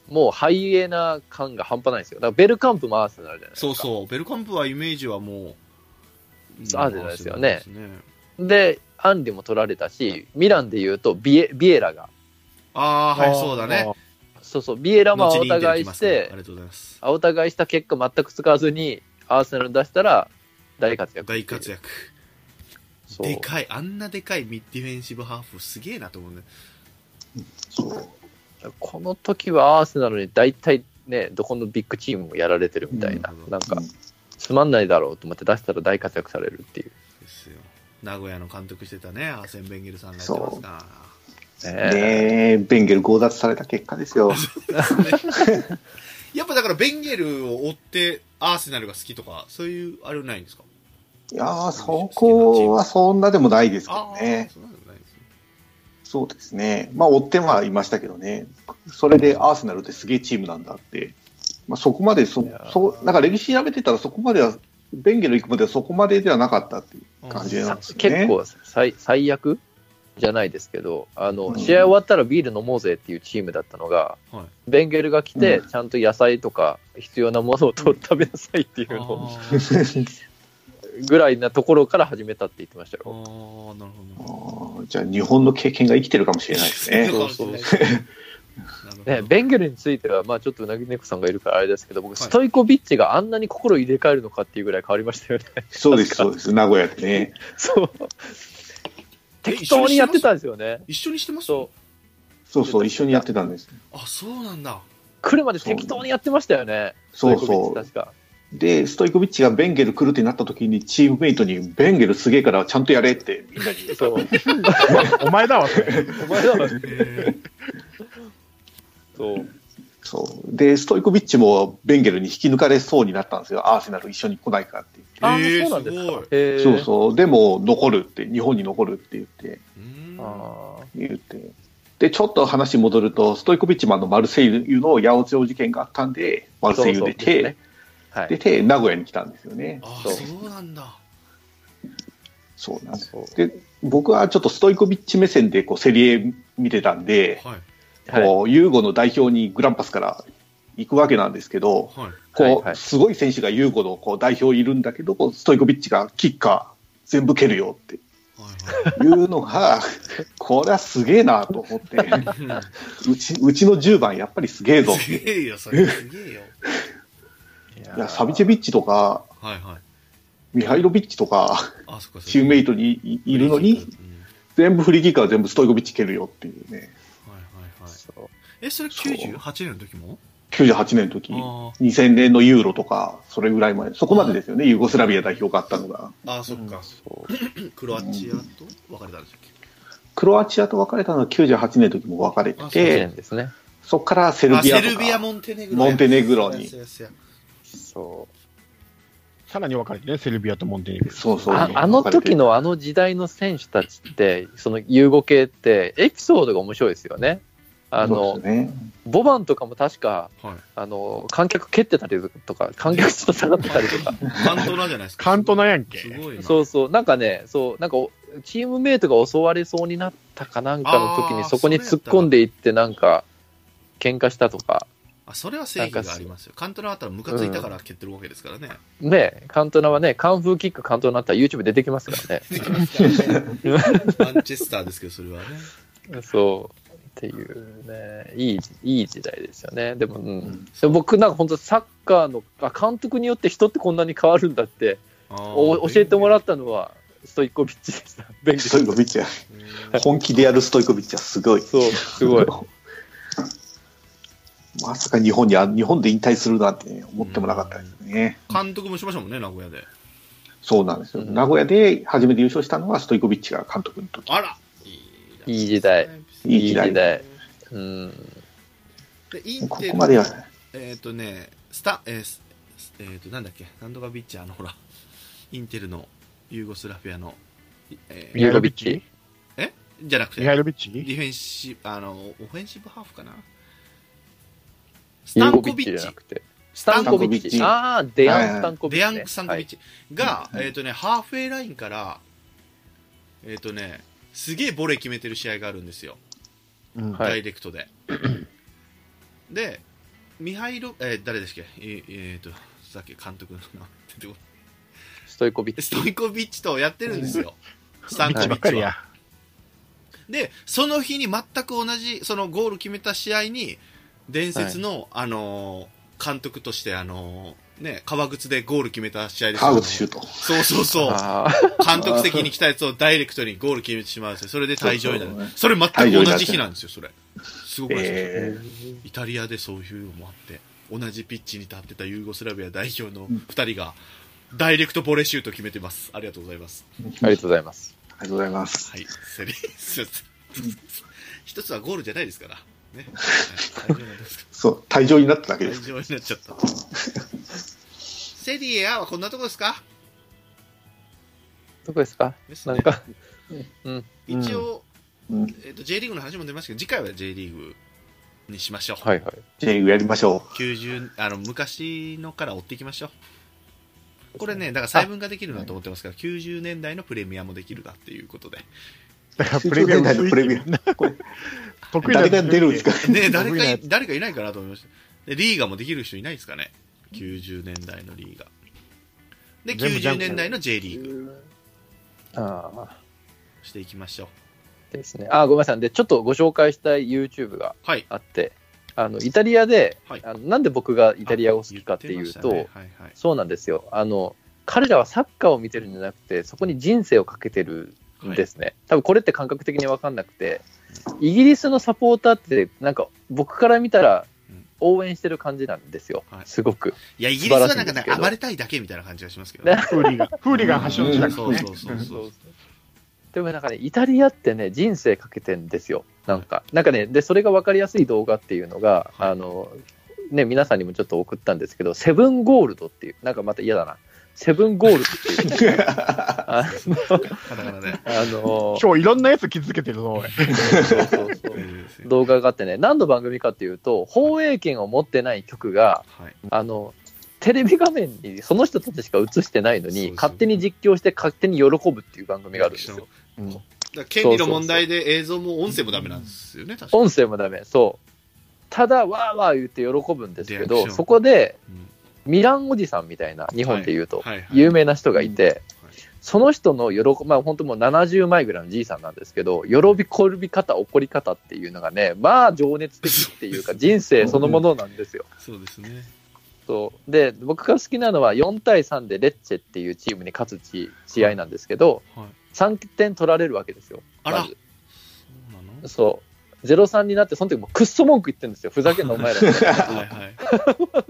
Speaker 3: もうハイエな感が半端ないんですよ。だからベルカンプもアーセナルじゃないですか。
Speaker 2: そうそう、ベルカンプはイメージはもう、うん
Speaker 3: アーセナルですよね
Speaker 2: アーセナルです
Speaker 3: で、アンディも取られたし、ミランで言うとビエビエラが。
Speaker 2: ああ、はい、そうだね。。
Speaker 3: そうそう、ビエラも
Speaker 2: 後
Speaker 3: お
Speaker 2: にインテル
Speaker 3: 互
Speaker 2: 来
Speaker 3: い
Speaker 2: ま
Speaker 3: し
Speaker 2: すね
Speaker 3: て
Speaker 2: あり、がとうございます。
Speaker 3: あお互いした結果全く使わずに、アーセナルに出したら大活躍。
Speaker 2: 大活躍。
Speaker 3: そう
Speaker 2: でかい、あんなでかいミッディフェンシブハーフ、すげえなと思うね。
Speaker 3: この時はアーセナルに大体ね、どこのビッグチームもやられてるみたいな、
Speaker 2: うん
Speaker 3: なんか、つまんないだろうと思って出したら大活躍されるっていう。
Speaker 2: ですよ。名古屋の監督してたね、アーセン・ベンゲルさんがやってますか
Speaker 3: ねえ
Speaker 2: ら。
Speaker 4: ねえ、ベンゲル強奪された結果です よ。
Speaker 2: やっぱだから、ベンゲルを追って、アーセナルが好きとか、そういう、あれはないんですか
Speaker 4: いやー、そこはそんなでもないですけ
Speaker 2: あ
Speaker 4: ど
Speaker 2: あー、
Speaker 4: ね。
Speaker 2: そうなんじゃないですね。
Speaker 4: そうですね。まあ、追ってはいましたけどね。それでアーセナルってすげえチームなんだって。まあ、そこまでそ
Speaker 3: いや、ー
Speaker 4: そう、なんか歴史調べてたらそこまでは、ベンゲル行くまではそこまでではなかったって いう。感じ
Speaker 2: うん
Speaker 4: な
Speaker 3: さ
Speaker 4: んですね
Speaker 3: 結構最最悪じゃないですけど、あの、
Speaker 4: うん
Speaker 3: 試合終わったらビール飲もうぜっていうチームだったのが、
Speaker 2: はい
Speaker 3: ベンゲルが来て、
Speaker 4: うん
Speaker 3: ちゃんと野菜とか必要なものを取食べなさいっていうのを
Speaker 2: あー
Speaker 3: ぐらいなところから始めたって言ってました
Speaker 2: あ
Speaker 3: よ。
Speaker 2: ー、なるほど。
Speaker 4: あーじゃあ、日本の経験が生きてるかもしれないですね。
Speaker 2: そうそうそう。
Speaker 3: ね、ベンゲルについては、まあ、ちょっとうなぎ猫さんがいるからあれですけど、僕、
Speaker 2: い
Speaker 3: ストイコビッチがあんなに心入れ替えるのかっていうぐらい変わりま したよね。
Speaker 4: そうです、そうです。名古屋でね。
Speaker 3: そう。適当にやってたんですよね。
Speaker 2: 一緒にしてます
Speaker 3: そう。
Speaker 4: そうそう、一緒にや ってたんです。
Speaker 2: あ、そうなんだ。
Speaker 3: 来るまで適当にやってましたよね。
Speaker 4: そう
Speaker 3: ストイコビッチ
Speaker 4: そう。
Speaker 3: 確か。
Speaker 4: で、ストイコビッチがベンゲル来るってなった時に、チームメイトに、ベンゲルすげえからちゃんとやれってみんなに言った
Speaker 3: そう。
Speaker 1: お前だわ、それ。
Speaker 3: お前だろ。そう。
Speaker 4: そう。で、ストイコビッチもベンゲルに引き抜かれそうになったんですよ。アーセナル一緒に来ないかって言って。
Speaker 3: あ
Speaker 2: えー
Speaker 3: そうなんです
Speaker 2: すご
Speaker 3: か
Speaker 2: い。
Speaker 3: へー
Speaker 4: そうそう。でも、残るって、日本に残るって言って、
Speaker 2: うーん
Speaker 3: あ
Speaker 4: 言って。で、ちょっと話戻ると、ストイコビッチもあの、マルセイユの八百長事件があったんで、マ
Speaker 3: ー
Speaker 4: ルセイユ
Speaker 3: そうそ
Speaker 4: 出
Speaker 3: うです
Speaker 4: て、
Speaker 3: ねはい
Speaker 4: 出て、名古屋に来たんですよね。
Speaker 2: あ
Speaker 3: そう
Speaker 2: そうなんだ。
Speaker 4: そうなんです。
Speaker 3: そう
Speaker 4: で、僕はちょっとストイコビッチ目線で、こう、セリエ見てたんで、
Speaker 2: はい。
Speaker 3: はい
Speaker 4: こう、ユーゴの代表にグランパスから行くわけなんですけど、
Speaker 2: はい。
Speaker 3: はい
Speaker 4: こ、
Speaker 3: はいう
Speaker 4: すごい選手がユーゴのこう代表いるんだけど、こうストイコビッチがキッカー全部蹴るよって
Speaker 2: は
Speaker 4: いう のが、これはすげえなと思って、
Speaker 2: いは
Speaker 4: うち、うちの10番やっぱりすげえぞ
Speaker 2: い。
Speaker 4: っ
Speaker 2: す
Speaker 4: て。
Speaker 2: げえよ、それ。すげえよ。
Speaker 4: いや、サビチェビッチとか、
Speaker 2: はいはい。
Speaker 4: ミハイロビッチとか、
Speaker 2: あ、そっか。
Speaker 4: チームメイト
Speaker 2: に
Speaker 4: にいいるのに、
Speaker 2: は
Speaker 4: 全部フリーキッカー全部ストイコビッチ蹴るよっていう
Speaker 2: い
Speaker 4: ね、
Speaker 2: はいはい。
Speaker 3: そう
Speaker 2: え、それ98年の時も
Speaker 4: 98年の時、
Speaker 2: あ
Speaker 4: 2000年のユーロとか、それぐらいまで、そこまでですよね、ユーゴスラビア代表があったのが。
Speaker 2: あ、あそっか。
Speaker 3: そう
Speaker 2: クロアチアと別れたんでしたっけ
Speaker 4: クロアチアと別れたのは98年の時も別れて
Speaker 2: あそう
Speaker 3: 去
Speaker 2: で
Speaker 4: て
Speaker 3: 年、ですね。
Speaker 4: そこからセル
Speaker 2: あ、
Speaker 4: ビア
Speaker 2: セ
Speaker 4: と
Speaker 2: ルビア、
Speaker 4: か、
Speaker 2: モンテネグロや。
Speaker 4: モンテネグロに
Speaker 2: そうやそうやそう
Speaker 3: そ
Speaker 1: さらに分かれてね、セルビアとモンテネグル。
Speaker 4: そう
Speaker 3: う
Speaker 4: そう
Speaker 3: ああの時、のあの時代の選手たちって、そのユーゴ系って、エピソードが面白いですよね。あ
Speaker 4: そう
Speaker 3: の、
Speaker 4: ですね、
Speaker 3: ボバンとかも確か、
Speaker 2: やはい。
Speaker 3: あの、観客蹴ってたりとか、観客ちょっと下がってたり とか、
Speaker 2: カントナじゃないですか。
Speaker 1: カントナやんけ
Speaker 2: すごいな。
Speaker 3: そうそう、なんかね、そう、なんかお、チームメイトが襲われそうになったかなんかの時
Speaker 2: あ
Speaker 3: に、
Speaker 2: ー
Speaker 3: そこに突っ込んでいって、なんか、喧嘩したとか、
Speaker 2: あ、それは正義がありますよ。カントナだったらムカついたから蹴ってるわけですからね。
Speaker 3: ね、カントナはね、カンフーキックカントナだったら YouTube 出てきますから
Speaker 2: できますからねマンチェスターですけど、それはね。
Speaker 3: ね。そう。っていうね、いい、いい時代ですよね。でも、うん。
Speaker 2: ん
Speaker 3: でも僕なんか本当サッカーの、あ、監督によって人ってこんなに変わるんだって、お教えてもら
Speaker 2: っ
Speaker 3: ったのは、ストイコビッチでした。ベンゲル
Speaker 4: ストイコビッチは、本気でやるストイコビッチはすごい。
Speaker 3: そう、すごい。
Speaker 4: まさか日本にあ、日本で引退するなんてね、思ってもなかったですね。
Speaker 2: 監督もしましたもんね、名古屋で。
Speaker 4: そうなんですよ。
Speaker 3: うん
Speaker 4: 名古屋で初めて優勝したのはストイコビッチが監督の時。
Speaker 2: あら
Speaker 3: いい時代。
Speaker 4: いい時代
Speaker 3: いい時代うん。
Speaker 2: で、イン
Speaker 4: こ
Speaker 2: テ
Speaker 4: こまで
Speaker 2: ル、
Speaker 4: は、
Speaker 2: えっ、とね、スタ、えーすすえーと、なんだっけ、なんとかビッチャーのほら、インテルのユーゴスラフィアの、えー
Speaker 3: ユーゴビッチ
Speaker 2: じゃなくて、
Speaker 1: ミハ
Speaker 2: デ
Speaker 1: イロビッチ
Speaker 2: ィフェンシブ、あの、オフェンシブハーフかな。ス
Speaker 3: ユ
Speaker 2: タ
Speaker 3: ーゴ
Speaker 2: ン
Speaker 3: ビッ
Speaker 2: コビ
Speaker 3: チじ
Speaker 2: ッ
Speaker 3: ゃ
Speaker 2: チ
Speaker 3: な、くて。ス
Speaker 2: タ
Speaker 3: タ
Speaker 2: ン
Speaker 3: ン
Speaker 2: コ
Speaker 3: コ
Speaker 4: ビ
Speaker 3: ビ
Speaker 4: ッ
Speaker 3: ッ
Speaker 4: チ
Speaker 3: チ。ああ、デアン・スタンコビッ
Speaker 2: デ
Speaker 3: チ
Speaker 2: ヤ
Speaker 3: ね。
Speaker 2: ンク・サンコビッチが、
Speaker 4: はい
Speaker 2: えっ、とね、ハーフウェイラインから、えっ、とね、すげえボレー決めてる試合があるんですよ。
Speaker 1: うん
Speaker 3: はい
Speaker 2: ダイレクトで。で、ミハイロ、えー誰ですっけええーと、さっき監督の名前出てこない
Speaker 3: ストイコビッチ。
Speaker 2: ストイコビッチとやってるん ですよ。スタン
Speaker 1: ビ
Speaker 2: コ
Speaker 1: ッチ
Speaker 2: ビ
Speaker 1: ばっ
Speaker 2: ッ
Speaker 1: か
Speaker 2: チ
Speaker 1: りや
Speaker 2: は。。で、その日に全く同じ、そのゴール決めた試合に、伝説の、あのー監督として、あのーね、革靴でゴール決めた試合ですよ
Speaker 4: 川口シュート。
Speaker 2: そうそうそう。
Speaker 3: ああ、
Speaker 2: 監督的に来たやつをダイレクトにゴール決めてしまうんですよ。それで退場にな
Speaker 4: そうそう
Speaker 2: る
Speaker 4: ね。
Speaker 2: それ全く同じ日なんですよ、それ。すごくないですか
Speaker 4: え
Speaker 2: イタリアでそういうのもあって、同じピッチに立ってたユーゴスラビア代表の2人が、ダイレクトボレーシュート決めてます。ありがとうございます。
Speaker 3: ありがとうございます。
Speaker 4: ー、ありがとうございます。
Speaker 2: はい。セリすいません 一つはゴールじゃないですから。ね。はい退場なんですか
Speaker 4: そう、退場になっただけです。
Speaker 2: 退場になっちゃった。セリエ A はこんなとこですか
Speaker 3: どこですか
Speaker 2: です
Speaker 3: な
Speaker 2: ね
Speaker 3: んか、
Speaker 1: うん
Speaker 2: 一応、
Speaker 4: うん。
Speaker 2: えっと J リーグの話も出ましたけど次回は J リーグにしましょう、
Speaker 3: はいはい。
Speaker 4: J リーグやりましょ
Speaker 2: 90あの昔のから追っていきましょうこれねだから細分化できるなと思ってますから、90年代のプレミアもできるなっていうことで
Speaker 1: だからプレミアム
Speaker 4: 90年代のプレミアム
Speaker 1: なこれ
Speaker 4: う。
Speaker 1: 得意な
Speaker 4: 誰が出るんですか
Speaker 2: ね誰
Speaker 1: 得意
Speaker 2: か
Speaker 1: なや
Speaker 2: い誰かいないかなと思いましたでリーガもできる人いないですかね90年代のリーガで
Speaker 1: 全部ジャ
Speaker 2: 90
Speaker 1: ンプ
Speaker 2: 年代の J リーグ
Speaker 3: ああ、
Speaker 2: していきましょう
Speaker 3: ですね。ああ、ごめんなさい。で、ちょっとご紹介したい YouTube が
Speaker 2: はい
Speaker 3: あって、あの、イタリアで、
Speaker 2: はい
Speaker 3: あのなんで僕がイタリアを好きかっていうと、
Speaker 2: 言ましたねはいはい
Speaker 3: そうなんですよ。あの、彼らはサッカーを見てるんじゃなくて、そこに人生をかけてるんですね。多分これって感覚的に分かんなくて、イギリスのサポーターって、なんか僕から見たら
Speaker 2: うん、
Speaker 3: 応援してる感じなんですよ
Speaker 2: は、い
Speaker 3: すごく。
Speaker 2: いや、イギリスは
Speaker 3: 素晴ら
Speaker 2: な
Speaker 3: しい
Speaker 2: んか
Speaker 3: です
Speaker 2: ね
Speaker 3: けど
Speaker 2: 暴れたいだけみたいな感じがしますけど ね。
Speaker 1: フーリガン、フーリガン発祥地だか
Speaker 2: そ
Speaker 1: ら
Speaker 2: う
Speaker 1: ね
Speaker 2: そうそ うそう。
Speaker 3: でもなんかね、イタリアってね、人生かけてんですよ、なんか。なんかね、で、それが分かりやすい動画っていうのが、
Speaker 2: はい
Speaker 3: あの、ね、皆さんにもちょっと送ったんですけど、セブンゴールドっていう、なんかまた嫌だな。セブンゴールドって いう、あの、
Speaker 2: カタカナで。
Speaker 3: あの
Speaker 1: 今日いろんなやつ気づけてるぞ、俺。
Speaker 3: そうそうそう
Speaker 2: いいですね
Speaker 3: 動画があってね、何の番組かっていうと、放映権を持ってない曲が、
Speaker 2: はい。
Speaker 3: あの、テレビ画面にその人たちしか映してないの
Speaker 2: そうそう
Speaker 3: に、勝手に実況して勝手に喜ぶっていう番組があるんです
Speaker 2: だ
Speaker 3: よ。
Speaker 1: うん
Speaker 2: から権利の問題で映像も音声もダメなんですよね、確かに。
Speaker 3: 音声もダメ、そう。ただ、わーわー言って喜ぶんですけ
Speaker 2: リアクショ
Speaker 3: ど、
Speaker 2: ン
Speaker 3: そこで、
Speaker 2: うん
Speaker 3: ミランおじさんみたいな、日本で言うと、
Speaker 2: はいはい
Speaker 3: 有名な人がいて
Speaker 2: うんはい、
Speaker 3: その人の喜び、まあ本当もう70枚ぐらいのじいさんなんですけど、喜び、転び方、怒り方っていうのがね、まあ情熱的って いうか、人生そのものなんですよ。
Speaker 2: そうですね。
Speaker 3: そうで僕が好きなのは4対3でレッチェっていうチームに勝つち試合なんですけど、
Speaker 2: はい
Speaker 3: 3点取られるわけですよ。
Speaker 2: あら
Speaker 3: まず
Speaker 2: そうなの
Speaker 3: そう0-3になって、その時もうくっそ文句言ってるんですよ。ふざけんな、お前ら。
Speaker 2: はいはい。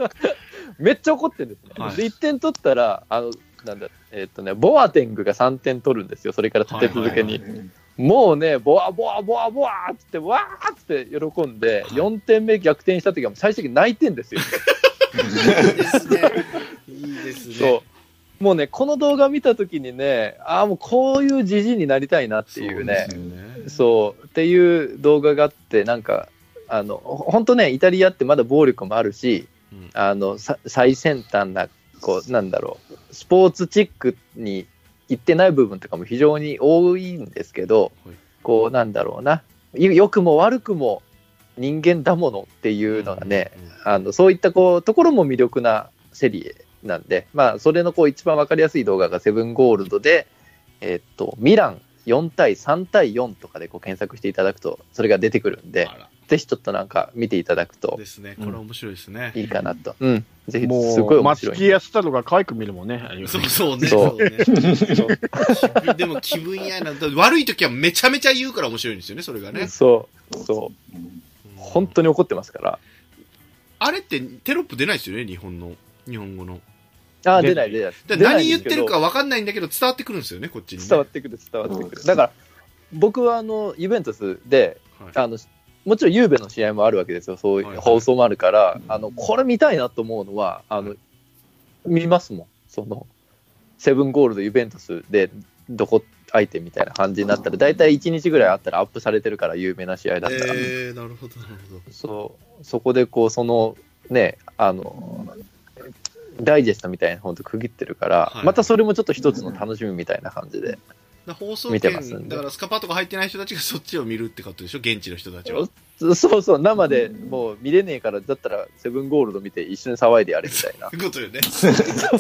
Speaker 3: めっちゃ怒ってるんですね。
Speaker 2: はい
Speaker 3: で、1点取ったら、あの、なんだ、えっとね、ボアテングが3点取るんですよ。それから立て続けに。
Speaker 2: はい
Speaker 3: もうね、ボワボワボワボワーっつって、わーっつって喜んで、
Speaker 2: はい
Speaker 3: 4点目逆転した時はもう最終的に泣いてんですよ。
Speaker 2: いいですね。いいですね。
Speaker 3: そう。もうね、この動画見たときにね、ああ、もうこういうじじいになりたいなっていうね、
Speaker 2: そうですよね
Speaker 3: そうっていう動画があって、なんか、あの、本当ね、イタリアってまだ暴力もあるし、
Speaker 2: うん
Speaker 3: あの、さ最先端な、こう、なんだろう、スポーツチックに行ってない部分とかも非常に多いんですけど、
Speaker 2: はい
Speaker 3: こう、なんだろうな、よ良くも悪くも人間だものっていうのがね、
Speaker 2: うんうんうん
Speaker 3: あのそういったこうところも魅力なセリエなんで、まあ、それのこう一番わかりやすい動画がセブンゴールドで、えっとミラン4対3対4とかでこう検索していただくとそれが出てくるんで
Speaker 2: あ
Speaker 3: ぜひちょっとなんか見ていただく
Speaker 2: ら
Speaker 3: と
Speaker 2: ですね。これ面白いですね。
Speaker 3: いいかなと、うん、ぜひす
Speaker 1: も、
Speaker 3: ごいう面
Speaker 1: 松
Speaker 3: 白いん
Speaker 1: 木
Speaker 3: で、
Speaker 1: 安太郎が可愛く見るもんね。ああいうね
Speaker 2: そうそうね。
Speaker 3: そ
Speaker 2: そううね。
Speaker 3: そう
Speaker 2: 気分でも気分やな。だって悪い時はめちゃめちゃ言うから面白いんですよね、それがね。
Speaker 3: そうそう
Speaker 2: うん
Speaker 3: 本当に怒ってますから
Speaker 2: あれってテロップ出ないですよね、日本の。日本語の。
Speaker 3: あー
Speaker 1: で
Speaker 3: 出ない出ない
Speaker 2: で
Speaker 3: 出ない
Speaker 2: 何
Speaker 3: で
Speaker 2: 言っ
Speaker 3: すけ
Speaker 2: て
Speaker 3: ど
Speaker 2: るか分かんないんだけど、伝わってくるんですよね、こっちに、ね。
Speaker 3: 伝わってくる伝わってくる、
Speaker 4: うん
Speaker 3: だから僕はあのユベントスで
Speaker 2: はい
Speaker 3: あのもちろんゆうべの試合もあるわけですよ、そうい
Speaker 2: はいうはい
Speaker 3: 放送もあるから、あのこれ見たいなと思うのは、あの見ますもん、そのセブンゴールド、ユベントスでどこ相手みたいな感じになったら、大体1日ぐらいあったらアップされてるから、有名な試合だったら、
Speaker 2: えー、なるほど、なるほど。
Speaker 3: そうそこでこう、そのね、あのダイジェストみたいな、本当、区切ってるから、
Speaker 2: はい
Speaker 3: またそれもちょっと一つの楽しみみたいな感じで、
Speaker 2: だ放送
Speaker 3: 見てますん
Speaker 2: 権、
Speaker 3: で
Speaker 2: だからスカパーとか入ってない人たちがそっちを見るってことでしょ、現地の人たちは。
Speaker 3: そうそう、生でもう見れねえから、だったら、セブンゴールド見て、一緒に騒いでやれみたいな
Speaker 2: っ。て こと よね。だか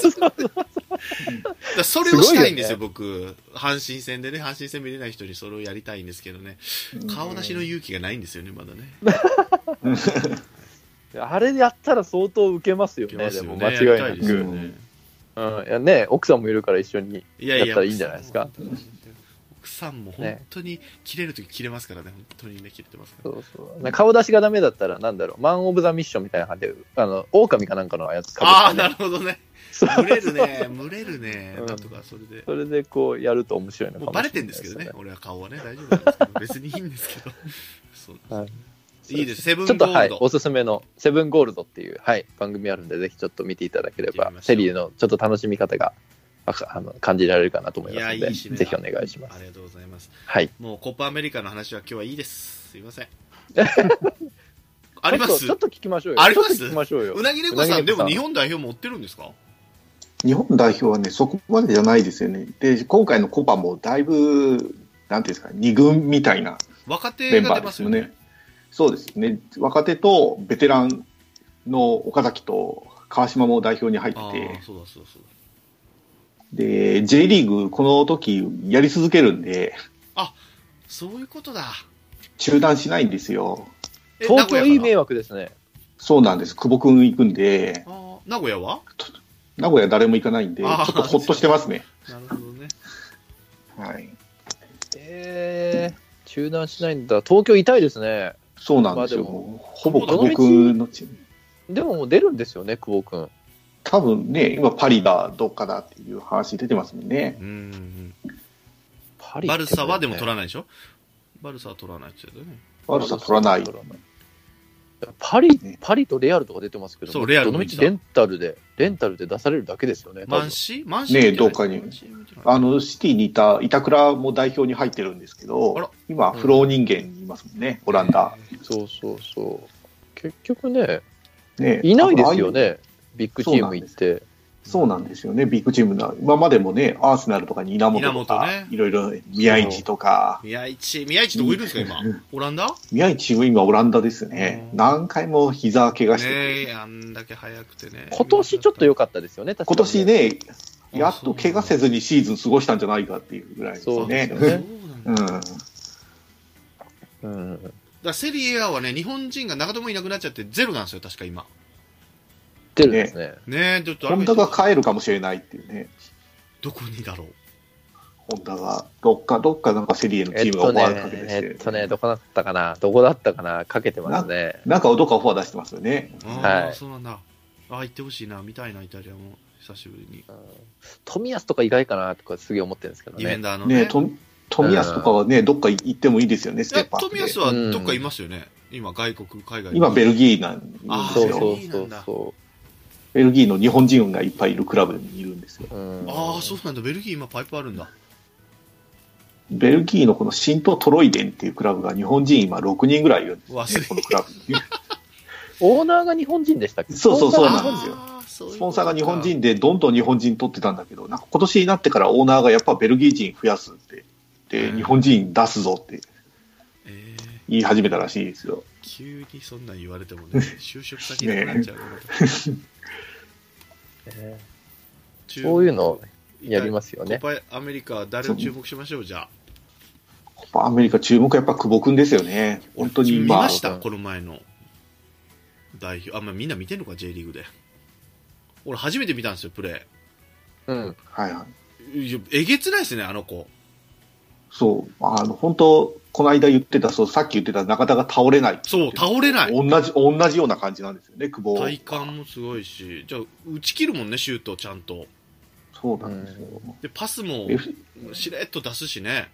Speaker 2: らそれをしたいんですよ、僕。阪神戦でね、阪神戦見れない人にそれをやりたいんですけどね。顔出しの勇気がないんですよね、まだね。
Speaker 3: あれやったら相当受けますよ
Speaker 2: いけ
Speaker 3: ね、
Speaker 2: ます
Speaker 3: で
Speaker 2: よ
Speaker 3: も
Speaker 2: ね。
Speaker 3: 間違い
Speaker 2: や
Speaker 3: な
Speaker 2: り
Speaker 3: く。
Speaker 2: たですよね
Speaker 3: うん、いやね、奥さんもいるから一緒に。
Speaker 2: いやい
Speaker 3: や
Speaker 2: や、
Speaker 3: ったらいいんじゃないですか。
Speaker 2: 奥さんも本当に切れるとき切れますからね、本当にね、切れてますから。
Speaker 3: そうそう顔出しがダメだったら、なんだろう、マン・オブ・ザ・ミッションみたいな感じで、あの、狼かなんかのやつ
Speaker 2: あ
Speaker 3: か
Speaker 2: あ、
Speaker 3: ぶってね、
Speaker 2: なるほどね。
Speaker 3: そう
Speaker 2: 群れるね、群れるね
Speaker 3: うん。
Speaker 2: なんとか、それで。
Speaker 3: それでこうやると面白いのか
Speaker 2: もう
Speaker 3: もしれ
Speaker 2: バ
Speaker 3: ない
Speaker 2: レてんですけどね、俺は顔はね、大丈夫なんですけど、別にいいんですけど。そう
Speaker 3: はい
Speaker 2: いいです、セブン
Speaker 3: ち
Speaker 2: ゴ
Speaker 3: ょっとは
Speaker 2: ール
Speaker 3: い、
Speaker 2: ド。
Speaker 3: おすすめのセブンゴールドっていう、はい、番組あるんで、ぜひちょっと見ていただけれ
Speaker 2: 見て
Speaker 3: ば
Speaker 2: みま、しょう
Speaker 3: セリーのちょっと楽しみ方がわかあの感じられるかなと思いますの
Speaker 2: いや
Speaker 3: で、
Speaker 2: いい締めだ
Speaker 3: ぜひお願いしま
Speaker 2: あ
Speaker 3: す。
Speaker 2: りがとうございます。
Speaker 3: はい。
Speaker 2: もうコパアメリカの話は今日はいいです。すいません。ありま
Speaker 3: ち
Speaker 2: す
Speaker 3: ょっとちょっと聞きましょうよ。
Speaker 2: あります
Speaker 3: ちょっと聞きましょうよ。
Speaker 2: うなぎねこさん、
Speaker 3: うなぎね
Speaker 2: で
Speaker 3: こさん
Speaker 2: も日本代表も追ってるんですか
Speaker 4: 日本代表はね、そこまでじゃないですよね。で、今回のコパもだいぶ、なんていうんですか、二軍みたいな
Speaker 2: 若
Speaker 4: メ
Speaker 2: 手
Speaker 4: ン
Speaker 2: が
Speaker 4: バ
Speaker 2: 出
Speaker 4: ーで
Speaker 2: ますす
Speaker 4: よ
Speaker 2: よ
Speaker 4: ね。
Speaker 2: ね。
Speaker 4: そうですね。若手とベテランの岡崎と川島も代表に入って
Speaker 2: あ
Speaker 4: て
Speaker 2: あ、、そうだそうだそうだ。
Speaker 4: で、J リーグこの時やり続けるんで、
Speaker 2: そういうことだ。
Speaker 4: 中断しないんですよ。
Speaker 2: え
Speaker 3: 東京いい迷
Speaker 2: 名古屋
Speaker 3: 惑ですね。
Speaker 4: そうなんです。久保くん行くんで、
Speaker 2: かなあー名古屋は
Speaker 4: 名古屋誰も行かないんで、ちょ
Speaker 2: あー
Speaker 4: っとほっとしてますね。
Speaker 2: なるほどね。
Speaker 4: はい。
Speaker 3: えー、中断しないんだ。東京痛いですね。
Speaker 4: そうなんですよ。
Speaker 3: まあでも
Speaker 4: もうほぼ久保くんのチーム。
Speaker 3: でももう出るんですよね、久保君。
Speaker 4: 多分ね、今パリだ、どっかだっていう話出てますもんね。
Speaker 2: うん
Speaker 3: パ
Speaker 2: バルサはでも取
Speaker 3: ら
Speaker 2: らないでしょバルサは取らないって言ってたよね。
Speaker 4: 悪さ取らない。
Speaker 3: パリ、パリとレアルとか出てますけど、
Speaker 2: そうレアル
Speaker 3: ど
Speaker 2: も
Speaker 3: の
Speaker 2: 行っ
Speaker 3: みち
Speaker 2: た
Speaker 3: レンタルで、レンタルで出されるだけですよね。多分
Speaker 2: マンシーマンシー
Speaker 4: ねえ
Speaker 2: 見てない
Speaker 4: どっかに
Speaker 2: マンシー見てない
Speaker 4: あの、シティにいた板倉も代表に入ってるんですけ
Speaker 2: あら
Speaker 4: ど、今、不老人間にいますもんね、オランダ。
Speaker 3: そうそうそう。結局ね、
Speaker 4: ね、
Speaker 3: いないですよ
Speaker 4: ああいう。
Speaker 3: ね、ビッグチーム行って。
Speaker 4: そうなんですよね、ビッグチームな。今までもね、アーセナルとかに稲本とか、
Speaker 2: 稲本ね
Speaker 4: いろいろ、宮市とか、
Speaker 2: 宮市、宮市どこいるんですか、今。オランダね
Speaker 4: 宮市も今オランダですね。
Speaker 2: うん
Speaker 4: 何回も膝怪我してて、
Speaker 2: え、あんだけ早くてね。
Speaker 3: 今年ちょっと良かったですよね、確か
Speaker 4: 今
Speaker 3: に
Speaker 4: 年。ね、やっと怪我せ
Speaker 2: ず
Speaker 4: ずにシーズン過ごしたんじゃないかっていうぐらいです
Speaker 3: そう
Speaker 4: ね。
Speaker 3: ですよね
Speaker 4: う
Speaker 2: だ
Speaker 4: ん
Speaker 2: か
Speaker 3: うん。
Speaker 2: らセリエ A はね、日本人が長友いなくなっちゃってゼロなんですよ、確か今。
Speaker 3: 出るんですね。
Speaker 2: ねえ、ちょっとあ
Speaker 4: ホ
Speaker 2: れ
Speaker 4: ンダが帰るかもしれないっていうね、
Speaker 2: どこにだろう。
Speaker 4: ホンダが、どっか、どっかなんかセリエのチ
Speaker 3: えっ
Speaker 4: ーム
Speaker 3: と
Speaker 4: がオフ
Speaker 3: ね
Speaker 4: ァーかけてき、て、
Speaker 3: えっとね、どこだったかな、どこだったかな、かけてますね。
Speaker 4: なんかどっかオファー出してますよね。
Speaker 2: ああ、
Speaker 3: はい
Speaker 2: そうなんだ。ああ、行ってほしいな、見たいな、イタリアも、久しぶりに。
Speaker 3: 冨安とか意外かなとかすげえ思ってるんですけど
Speaker 2: ディフェン
Speaker 3: ね。
Speaker 2: ダーのね。
Speaker 4: ねと冨安とかはね、どっか行ってもいいですよね、ス
Speaker 2: い
Speaker 4: テ
Speaker 2: や
Speaker 4: ッパー
Speaker 2: 冨安はどっかいますよね、今、外国、海外に
Speaker 4: 今、ベルギーなんです
Speaker 3: そう
Speaker 2: あ
Speaker 3: そ
Speaker 4: よ。
Speaker 3: うそうそ
Speaker 4: ベルギーの日本人がいっぱいいるクラブにいるんですよ。
Speaker 3: う。うん
Speaker 2: ああ、そうなんだ、ベルギー、今、パイプあるんだ。
Speaker 4: ベルギーのこの新東トロイデンっていうクラブが日本人今6人ぐらいいるんですよ
Speaker 2: 忘
Speaker 4: ね
Speaker 2: れ、
Speaker 4: このクラブに。
Speaker 3: オーナーが日本人でしたっけ
Speaker 4: そうそうそ
Speaker 3: スポ
Speaker 4: う
Speaker 3: ンサーが
Speaker 4: なんですよ
Speaker 2: あーそういうこ
Speaker 4: スポ
Speaker 2: と
Speaker 4: ンサーが日本人で、どんどん日本人取ってたんだけど、なんか今年になってからオーナーがやっぱベルギー人増やすって、で、日本人出すぞって
Speaker 2: えー
Speaker 4: 言い始めたらしいですよ。
Speaker 2: 急にそんなん言われてもね、就職先なくなっちゃうよ、
Speaker 3: ね
Speaker 2: 中
Speaker 3: そういうのやりますよね。
Speaker 2: コパアメリカ、誰を注目しましょう、じゃあ。
Speaker 4: コパアメリカ注目はやっぱ久保君ですよね。本当に
Speaker 2: 見
Speaker 4: 今
Speaker 2: ま、し
Speaker 3: ま
Speaker 2: た、
Speaker 3: あ
Speaker 2: この前の代表。あ、まあ、みんな見てんのか、J リーグで。俺、初めて見たんですよ、プレ
Speaker 3: うん。
Speaker 4: はいはい。
Speaker 2: ー。いやえげつないですね、あの子。
Speaker 4: そう、あの、本当この間言ってた、そう、さっき言ってた中田が倒れないって
Speaker 2: そう、倒れない。
Speaker 4: 同じ、同じような感じなんですよね、久保。
Speaker 2: 体感もすごいし、じゃあ、打ち切るもんね、シュート、ちゃんと。
Speaker 4: そうなんですよ。
Speaker 2: で、パスも
Speaker 4: F-
Speaker 2: しれっと出すしね、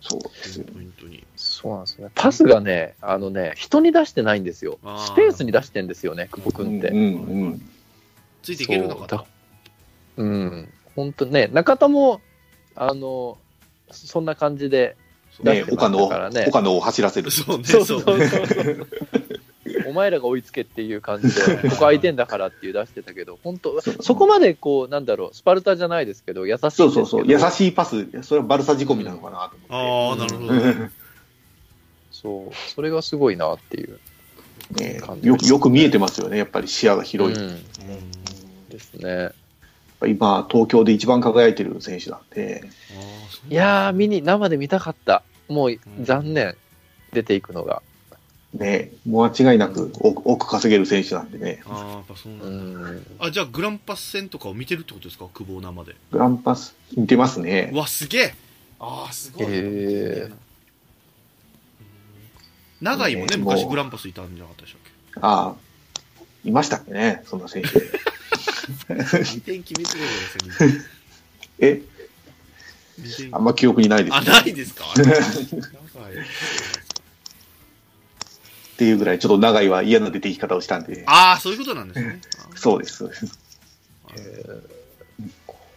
Speaker 4: そうですよ。
Speaker 2: ポイントに。
Speaker 3: そうなんですね。パスがね、あのね、人に出してないんですよ
Speaker 2: あ。ー
Speaker 3: スペースに出してんですよね、久保
Speaker 4: う
Speaker 3: 君っ
Speaker 4: ん、う
Speaker 3: て。
Speaker 4: ん、うん。
Speaker 2: ついていけるのか
Speaker 3: そう
Speaker 2: な
Speaker 3: だ。うん。本当ね、中田も、あの、そんな感じで、
Speaker 2: そう
Speaker 4: ね
Speaker 3: 出してま
Speaker 4: 岡
Speaker 3: した
Speaker 4: 野
Speaker 3: から
Speaker 4: を、
Speaker 3: ね
Speaker 4: 岡野を走らせる。
Speaker 2: そうね、
Speaker 3: そう
Speaker 2: そ
Speaker 3: そうう。そう そう。お前らが追いつけっていう感じで、ここ空いてんだからっていう出してたけど、本当
Speaker 4: そう
Speaker 3: そこまでこう、なんだろう、スパルタじゃないですけど、優しいんですけ
Speaker 4: そ
Speaker 3: ど。
Speaker 4: うそうそう、優しいパス、それはバルサ仕込みなのかなと思っ
Speaker 2: ああ、なるほどね。
Speaker 3: そう、それがすごいなっていう
Speaker 4: て、 ね
Speaker 3: 感じ
Speaker 4: よくよく見えてますよね、やっぱり視野が広い、やっ
Speaker 3: うんですね。
Speaker 4: ぱ今、東京で一番輝いてる選手なんで、
Speaker 3: いやー、見
Speaker 2: に。
Speaker 3: に、生で見たかった。もう残念、出ていくのが。
Speaker 4: ね、もう間違いなく奥奥稼げる選手なんでね、
Speaker 2: ああ、やっぱそうなんだ。
Speaker 3: うん。
Speaker 2: あ、じゃあ、グランパス戦とかを見てるってことですか、久保生で。
Speaker 4: グランパス、似てますね
Speaker 2: う、わ、すげえ。ああ、すごい。
Speaker 3: へえ
Speaker 2: うん長井もね、
Speaker 4: ね
Speaker 2: 昔
Speaker 4: もう
Speaker 2: グランパスいたんじゃなかったでしたっ
Speaker 4: ああ、いましたっけね、そんな選手。
Speaker 2: け天気見てるですよね
Speaker 4: え、
Speaker 2: 二点
Speaker 4: あんま記憶にないです、
Speaker 2: あ、
Speaker 4: ね、
Speaker 2: ないですか長井。
Speaker 4: っていうぐらい、ちょっと長井は嫌な出て行き方をしたんで、
Speaker 2: ああ、そういうことなんですね。
Speaker 4: そうです、そうです
Speaker 2: あ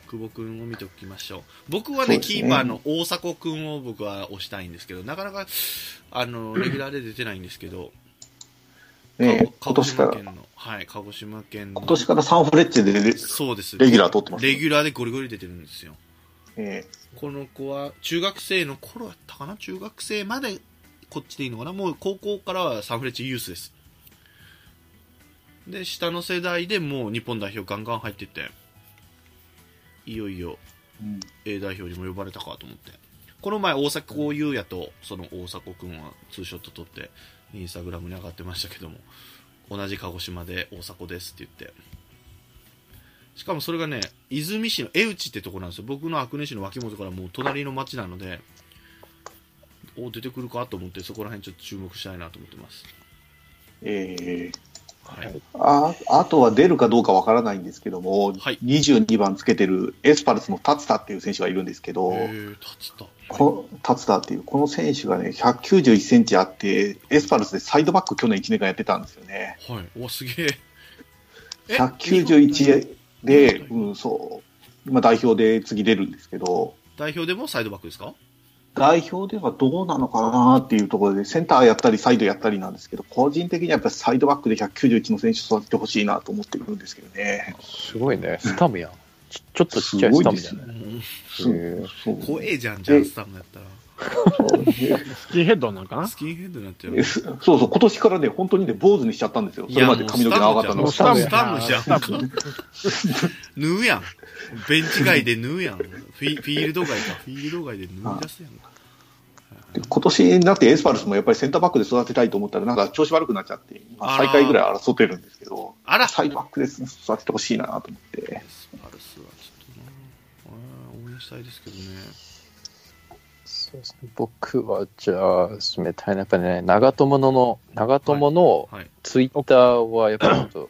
Speaker 2: 久保君を見ておきましょう。僕は
Speaker 4: そう
Speaker 2: ね、
Speaker 4: ですね
Speaker 2: キーパーの大迫君を僕は推したいんですけど、なかなか、あの、レギュラーで出てないんですけど、
Speaker 4: ね、
Speaker 2: 鹿
Speaker 4: 今
Speaker 2: 児
Speaker 4: 年か
Speaker 2: 島
Speaker 4: ら、
Speaker 2: 県の、はい、鹿児島県の、
Speaker 4: 今年からサンフレッチェでレ
Speaker 2: そうです。
Speaker 4: レギュラー取ってます、
Speaker 2: レギュラーでゴリゴリ出てるんですよ。
Speaker 4: ええ
Speaker 2: この子は中学生の頃やったかな中学生までこっちでいいのかなもう高校からはサンフレッチェユースです。で、下の世代でもう日本代表ガンガン入ってて、いよいよ A 代表にも呼ばれたかと思って。この前大迫優也とその大迫くんはツーショット撮って、インスタグラムに上がってましたけども、同じ鹿児島で大迫ですって言って。しかもそれがね、泉市の江内ってとこなんですよ。僕の阿久根市の脇本からもう隣の町なので、お出てくるかと思って、そこら辺ちょっと注目したいなと思ってます。
Speaker 4: ええ
Speaker 2: はい、
Speaker 4: ああとは出るかどうかわからないんですけども、
Speaker 2: はい
Speaker 4: 22番つけてるエスパルスの達田っていう選手がいるんですけど、
Speaker 2: えー、立つと。
Speaker 4: この達田っていう、この選手がね、191センチあって、エスパルスでサイドバック去年1年間やってたんですよね。
Speaker 2: はい、おす げえ。え
Speaker 4: 191で、
Speaker 2: はい
Speaker 4: うん、そう、今代表で次出るんですけど、
Speaker 2: 代表でもサイドバックですか
Speaker 4: 代表ではどうなのかなっていうところで、センターやったりサイドやったりなんですけど、個人的にはやっぱりサイドバックで191の選手育ててほしいなと思ってるんですけどね。
Speaker 3: すごいね。スタムやん。ちちょっとち
Speaker 4: す
Speaker 3: っちゃい
Speaker 4: ご
Speaker 3: ス
Speaker 4: い
Speaker 3: タ
Speaker 4: で
Speaker 3: ムじゃ
Speaker 4: す
Speaker 3: な
Speaker 4: ね
Speaker 2: う。ん
Speaker 4: そうそう
Speaker 2: 怖えじゃん、じゃあ、スタムだったら。
Speaker 1: スキンヘッドなんかな
Speaker 2: スキンヘッドになっちゃう
Speaker 4: え。すそうそう、今年からね、本当にね、坊主にしちゃったんですよ。それまで髪の毛長かったの
Speaker 2: も
Speaker 4: が
Speaker 2: うスタム
Speaker 1: ス
Speaker 2: スタム
Speaker 1: タム
Speaker 2: じゃん。スタム縫うやん。ベンチ外で縫うやん。フィフィールド外か。フィールド外で縫い出すやんか。
Speaker 4: で今年になってエスパルスもやっぱりセンターバックで育てたいと思ったら、なんか調子悪くなっちゃって、今
Speaker 2: あら
Speaker 4: 最下位ぐらい争ってるんですけど、
Speaker 2: あら
Speaker 4: サイドバックで育ててほしいなと思って
Speaker 2: エ。スパルスはちょっとな、えー応援したいですけどね。
Speaker 3: そうですね。僕は、じゃあ、すめたいな。やっぱりね、長友の、長友の
Speaker 2: はい。
Speaker 3: ツイッターは、やっぱりちょっと、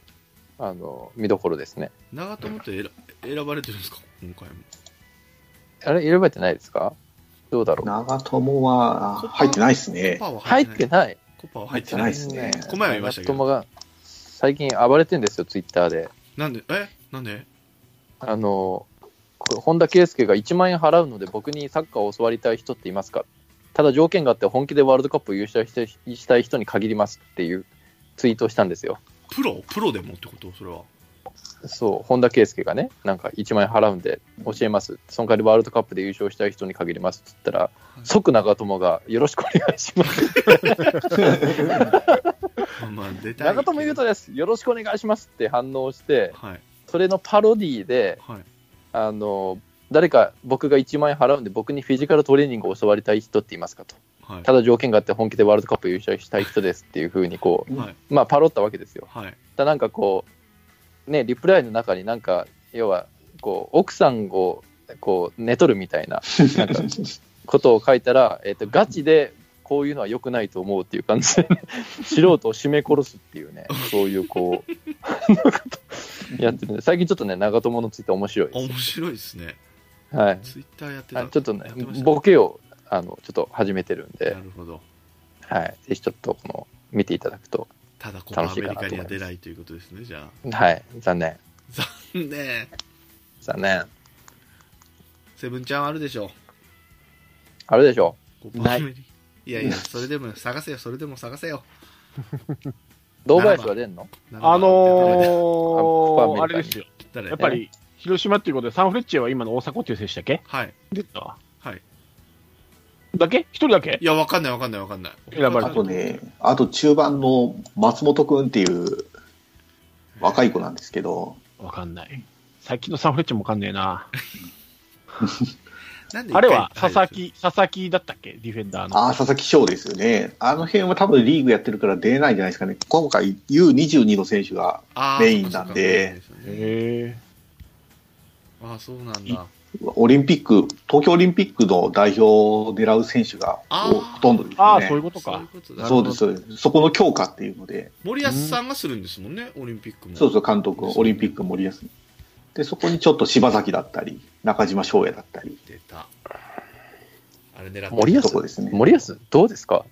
Speaker 3: あの、見どころですね。
Speaker 2: 長友って選選ばれてるんですか今回も。
Speaker 3: あれ、選ばれてないですかどうだろう。
Speaker 4: 長友はあ入ってないですね。
Speaker 2: コパは
Speaker 3: 入
Speaker 2: 入
Speaker 3: っ
Speaker 2: って
Speaker 3: て
Speaker 2: ない。
Speaker 3: ない。
Speaker 2: コパは入
Speaker 4: 入
Speaker 2: っ
Speaker 4: ってて
Speaker 2: な
Speaker 4: ないいですね。
Speaker 2: こまやいましたけ
Speaker 3: 長友
Speaker 2: ど。
Speaker 3: が、最近暴れてんですよ、ツイッターで。
Speaker 2: なんで、えなんで
Speaker 3: あの、こ本田圭佑が1万円払うので僕にサッカーを教わりたい人っていますかただ条件があって本気でワールドカップを優勝してしたい人に限りますっていうツイートをしたんですよ。
Speaker 2: プロプロでもってことそれは。
Speaker 3: そう、本田圭佑がね、なんか1万円払うんで教えます。その代わりワールドカップで優勝したい人に限りますって言ったら、即長友がよろしくお願いします。
Speaker 2: まあまあ、出たいけど。
Speaker 3: 長友優斗です。よろしくお願いしますって反応して、
Speaker 2: はい。
Speaker 3: それのパロディーで、
Speaker 2: はい。
Speaker 3: あの、誰か僕が1万円払うんで僕にフィジカルトレーニングを教わりたい人っていますかと。
Speaker 2: はい。
Speaker 3: ただ条件があって本気でワールドカップ優勝したい人ですっていうふうにこ
Speaker 2: はい。
Speaker 3: う、まあ、パロったわけですよ。
Speaker 2: はい。
Speaker 3: だなんかこう、ね、リプライの中になんか、要は、こう、奥さんを、こう、寝取るみたいななんかことを書いたら、えっ、と、ガチで、こういうのは良くないと思うっていう感じ で、素人を締め殺すっていうね、そういうこう、やってるんで、最近ちょっとね、長友のツイッター面白いで
Speaker 2: 面白いですね。
Speaker 3: す。はい。
Speaker 2: ツイッターやって
Speaker 3: あ
Speaker 2: た。
Speaker 3: ちょっとね
Speaker 2: やてまし、た
Speaker 3: ボケを、あの、ちょっと始めてるんで
Speaker 2: な、るほど。
Speaker 3: はい。ぜひちょっと、この、見ていただくと、
Speaker 2: ただ、この
Speaker 3: 楽
Speaker 2: ア
Speaker 3: しい
Speaker 2: メ
Speaker 3: かなと
Speaker 2: リカ
Speaker 3: 思います
Speaker 2: には出ないということですね、じゃ
Speaker 3: はい、残念。
Speaker 2: あ。ねえ。
Speaker 3: 残念。
Speaker 2: セブンちゃんあるでしょ。
Speaker 3: あれでしょ
Speaker 2: こう
Speaker 3: ない
Speaker 2: アメリいやいや、それでも探せよ、それでも探せよ。
Speaker 3: 堂林は出んの
Speaker 1: あの
Speaker 3: あ
Speaker 1: ー、あれですよ。
Speaker 2: 誰
Speaker 1: やっぱり、広島っていうことで、サンフレッチェは今の大迫っていう選手だけ
Speaker 2: はい。
Speaker 1: 出た
Speaker 2: はい。
Speaker 1: だけ一人だけ
Speaker 2: いや、わかんないわかんないわかんない。
Speaker 1: 選ばれ
Speaker 4: あ
Speaker 1: た
Speaker 4: とね、あと中盤の松本くんっていう若い子なんですけど、
Speaker 1: わかんない。最近のサンフレッチェもわかんねえな。
Speaker 2: なんで一
Speaker 1: あ
Speaker 2: 回
Speaker 1: れは佐々。木、佐々木だったっけディフェンダーの。
Speaker 4: ああ、佐々木翔ですよね。あの辺は多分リーグやってるから出れないんじゃないですかね。今回 U22 の選手が、
Speaker 2: あー
Speaker 4: メインなんで。
Speaker 2: そっかそっか
Speaker 1: へ
Speaker 2: あー、そうなんだ。
Speaker 4: オリンピック、東京オリンピックの代表を狙う選手が
Speaker 2: あー
Speaker 4: ほとんどです
Speaker 1: え。ああ、
Speaker 4: ね。
Speaker 1: そういうこと
Speaker 2: そうい
Speaker 1: か
Speaker 2: う。こと
Speaker 1: な
Speaker 2: だ
Speaker 1: る。ほ
Speaker 4: そう
Speaker 1: ど
Speaker 4: です、そうです。そこの強化っていうので、
Speaker 2: 森保さんがするんですもんね、オリンピックも。
Speaker 4: そうそう、監督
Speaker 2: そうです
Speaker 4: を、
Speaker 2: ね
Speaker 4: オリンピック森保。で、そこにちょっと柴崎だったり、中島翔也だったり、
Speaker 2: 出た。あれ狙って
Speaker 3: 森保
Speaker 4: そこですね。
Speaker 3: 森保、どうですか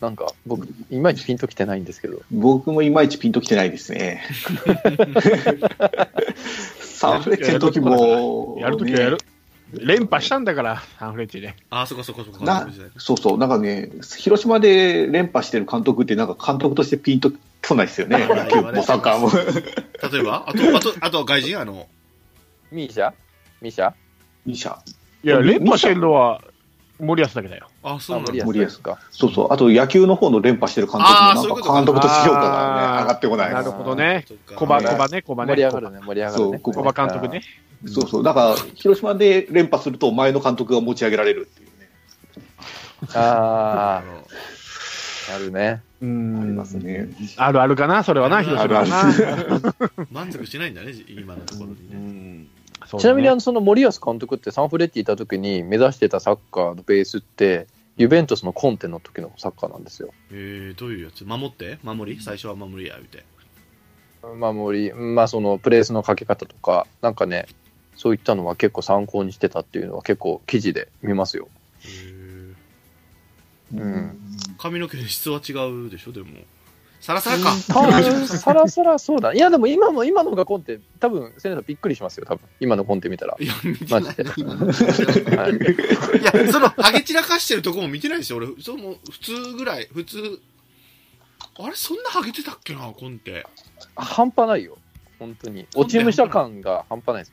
Speaker 3: なんか、僕、いまいちピンときてないんですけど。
Speaker 4: 僕もいまいちピンときてないです ね。サンフレッチェの時も、
Speaker 1: やるときはやる
Speaker 4: ね。。
Speaker 1: 連覇したんだから、サンフレッチェで。
Speaker 2: あー、そこそこそこ。
Speaker 4: な
Speaker 2: 監督時代
Speaker 4: そうそう、なんかね、広島で連覇してる監督って、なんか監督としてピンと来ないですよ ね、野球もサッカーも。
Speaker 2: 例えばあと、あと、あとは外人あの、
Speaker 3: ミーシャミーシャ
Speaker 4: 二社。
Speaker 1: いや、連覇してるのは森保だけだよ。
Speaker 2: あ、そうなん
Speaker 3: 森
Speaker 2: だ。
Speaker 3: 保ですか。
Speaker 4: そうそう、あと野球の方の連覇してる監督
Speaker 2: あー
Speaker 4: も、
Speaker 2: そういう
Speaker 4: な
Speaker 2: こ
Speaker 4: ん
Speaker 2: とか
Speaker 4: か監督として評価がね、上がってこない。
Speaker 1: なるほどね。
Speaker 2: そっか
Speaker 1: 小バ、
Speaker 4: あー
Speaker 1: 小バね、小バね。
Speaker 3: 盛り上がるね、盛り上がるね。
Speaker 4: そう
Speaker 1: 小バ監督ね。
Speaker 4: そうそう、だから広島で連覇すると、前の監督が持ち上げられるっていうね、
Speaker 3: あ
Speaker 2: あの
Speaker 3: あ、あるね。
Speaker 4: あ
Speaker 1: う
Speaker 4: りま
Speaker 1: ん。
Speaker 4: すね。
Speaker 1: あるあるかな、それはな、
Speaker 2: ある
Speaker 1: 広
Speaker 4: ある
Speaker 1: 島
Speaker 4: あ
Speaker 1: は
Speaker 4: る。
Speaker 1: な。
Speaker 2: 満足しないんだね、じ今のところにね。
Speaker 1: そうだね
Speaker 3: ちなみに、あの、その森保監督ってサンフレッチェいた時に目指してたサッカーのベースって、ユベントスのコンテの時のサッカーなんですよ。
Speaker 2: えー、どういうやつ守って守り最初は守りや、言うて。
Speaker 3: 守り、まあ、そのプレースのかけ方とか、なんかね、そういったのは結構参考にしてたっていうのは結構記事で見ますよ。
Speaker 2: へえ
Speaker 3: うん
Speaker 2: 髪の毛の質は違うでしょでもサラサラか
Speaker 3: 多分さらさらそうだ。いや、でも今の、今のがコンテ、多分、セネさんびっくりしますよ、多分。今のコンテ見たら。
Speaker 2: いや見てな
Speaker 3: マ
Speaker 2: い
Speaker 3: ジで
Speaker 2: 今のい
Speaker 3: はい
Speaker 2: やそのハゲ散らかしてるとこも見てないですよ俺そうもう普通ぐらい普通あれそんなハゲてたっけなコンテ
Speaker 3: 半端ないよ。本当に。落ち武者感が半端ないです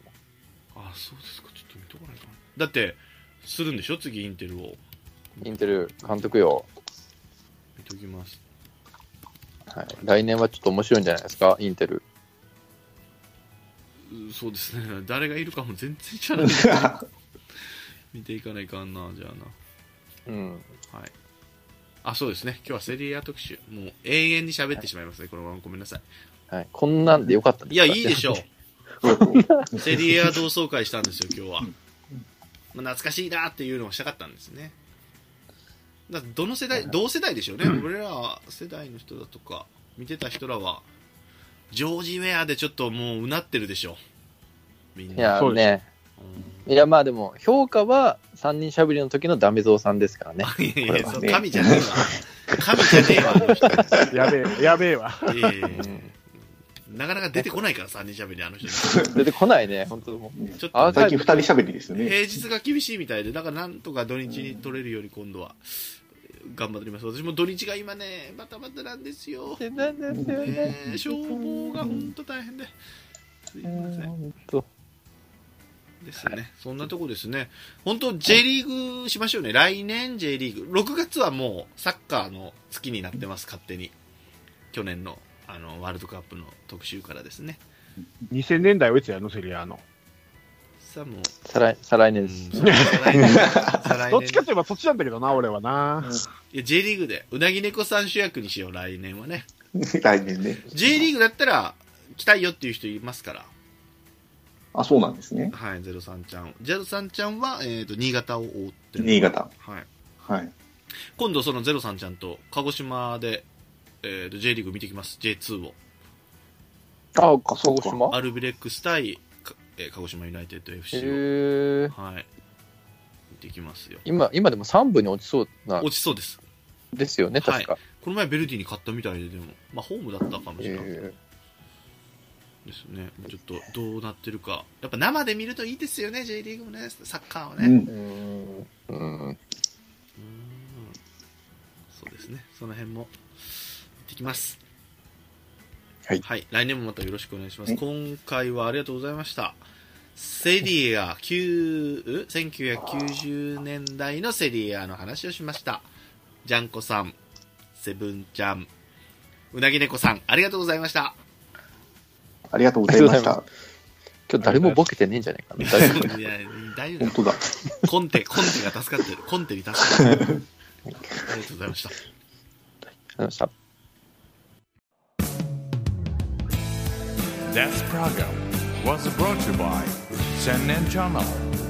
Speaker 3: もん。
Speaker 2: あそうですかちょっと見とかないとなだってするんでしょ次インテルを
Speaker 3: インテル監督よ。
Speaker 2: 見ときます
Speaker 3: はい。来年はちょっと面白いんじゃないですか、インテル。
Speaker 2: うんそうですね誰がいるかも全然知ら ない見ていかないかんなじゃあ
Speaker 3: う
Speaker 2: な
Speaker 3: ん。
Speaker 2: はい。あ、そうですね。今日はセリア特集。もう永遠に喋ってしまいますね、このままごめんなさい。
Speaker 3: はい。こんなんでよかった
Speaker 2: いや、いいでしょ
Speaker 3: う。
Speaker 2: う。セリア同窓会したんですよ、今日は。まあ懐かしいなっていうのをしたかったんですね。だってどの世代、同世代でしょうね。俺ら世代の人だとか、見てた人らは、ジョージ・ウェアでちょっともううなってるでしょう。みん
Speaker 3: い
Speaker 2: な。
Speaker 3: や
Speaker 1: そう、で
Speaker 3: ね。
Speaker 2: うん
Speaker 3: いや、まあでも、評価は三人しゃべりの時のダメゾウさんですからね。
Speaker 2: いやいや、そう
Speaker 4: ね
Speaker 2: 神じゃねえわ。神じゃねえわ、あの人。
Speaker 1: やべえ、やべえわ。
Speaker 2: いやいや
Speaker 3: う
Speaker 2: いや
Speaker 3: ん
Speaker 2: なかなか出てこないから、3人喋り、あの人。
Speaker 3: 出てこない ね、本当もう
Speaker 2: ちょっと
Speaker 3: あ
Speaker 4: 最近二人喋りですよね。
Speaker 2: 平日が厳しいみたいで、だからなんとか土日に取れるように今度は頑張っております。私も土日が今ね、バタバタなんですよ。
Speaker 3: 出
Speaker 2: ね
Speaker 3: てないんですよね。
Speaker 2: え、消防が本当大変で。すいません。
Speaker 3: 本当
Speaker 2: ですね。そんなとこですね。本当 J リーグしましょうね。来年 J リーグ。6月はもうサッカーの月になってます、勝手に。去年のあのワールドカップの特集からですね。
Speaker 1: 2000年代はいつやの、セリアの。
Speaker 2: さあもう、
Speaker 3: 再来、再来
Speaker 2: う
Speaker 3: 年
Speaker 2: ん
Speaker 3: です。
Speaker 2: 再来年再来年
Speaker 1: どっちかといえばそっちなんだけどな、俺はな。
Speaker 2: いや J リーグでうなぎ猫さん主役にしよう来年はね
Speaker 4: 来年ね。
Speaker 2: J リーグだったら来たいよっていう人いますから
Speaker 4: あ、そうなんですね。
Speaker 2: はい03ちゃん03ちゃんは、えー、と新潟を追ってる
Speaker 4: 新、潟。
Speaker 2: はい、
Speaker 4: はい。
Speaker 2: 今度その03ちゃんと鹿児島で、えー、と J リーグ見てきます J2 を
Speaker 3: あ、鹿児島
Speaker 2: アルビレックス対、かえー鹿児島ユナイテッド FC を、
Speaker 3: へえ。
Speaker 2: はい見てきますよ
Speaker 3: 今、今でも3部に落ちそうな、
Speaker 2: 落ちそうです
Speaker 3: ですよね、
Speaker 2: はい
Speaker 3: 確か。
Speaker 2: この前ベルディに勝ったみたいででも、まあ、ホームだったかもしれない
Speaker 3: へ
Speaker 2: ですね、ちょっとどうなってるか、やっぱ生で見るといいですよね、J リーグもね、サッカーはね。
Speaker 4: う
Speaker 2: う
Speaker 3: え
Speaker 2: ん
Speaker 4: ん。
Speaker 3: うん。うん
Speaker 2: そうですね、その辺もできます。
Speaker 3: はい
Speaker 2: 来年もまたよろしくお願いしま
Speaker 4: は
Speaker 2: す。
Speaker 4: い
Speaker 2: 今回はありがとうございました。セリエア9、1990年代のセリエアの話をしました。ジャンコさん、セブンちゃん、うなぎねこさん、ありがとうございました。
Speaker 4: ありがとうございました。
Speaker 3: 今日誰もボケてねえんじゃないかな。大丈夫
Speaker 2: いや、大丈夫だ
Speaker 4: 本当だ。
Speaker 2: コンテ、コンテが助かってる。コンテに助かってる。 ありがとうございました。
Speaker 3: あのさ
Speaker 5: That's Praga was brought to you by Sennen Channel.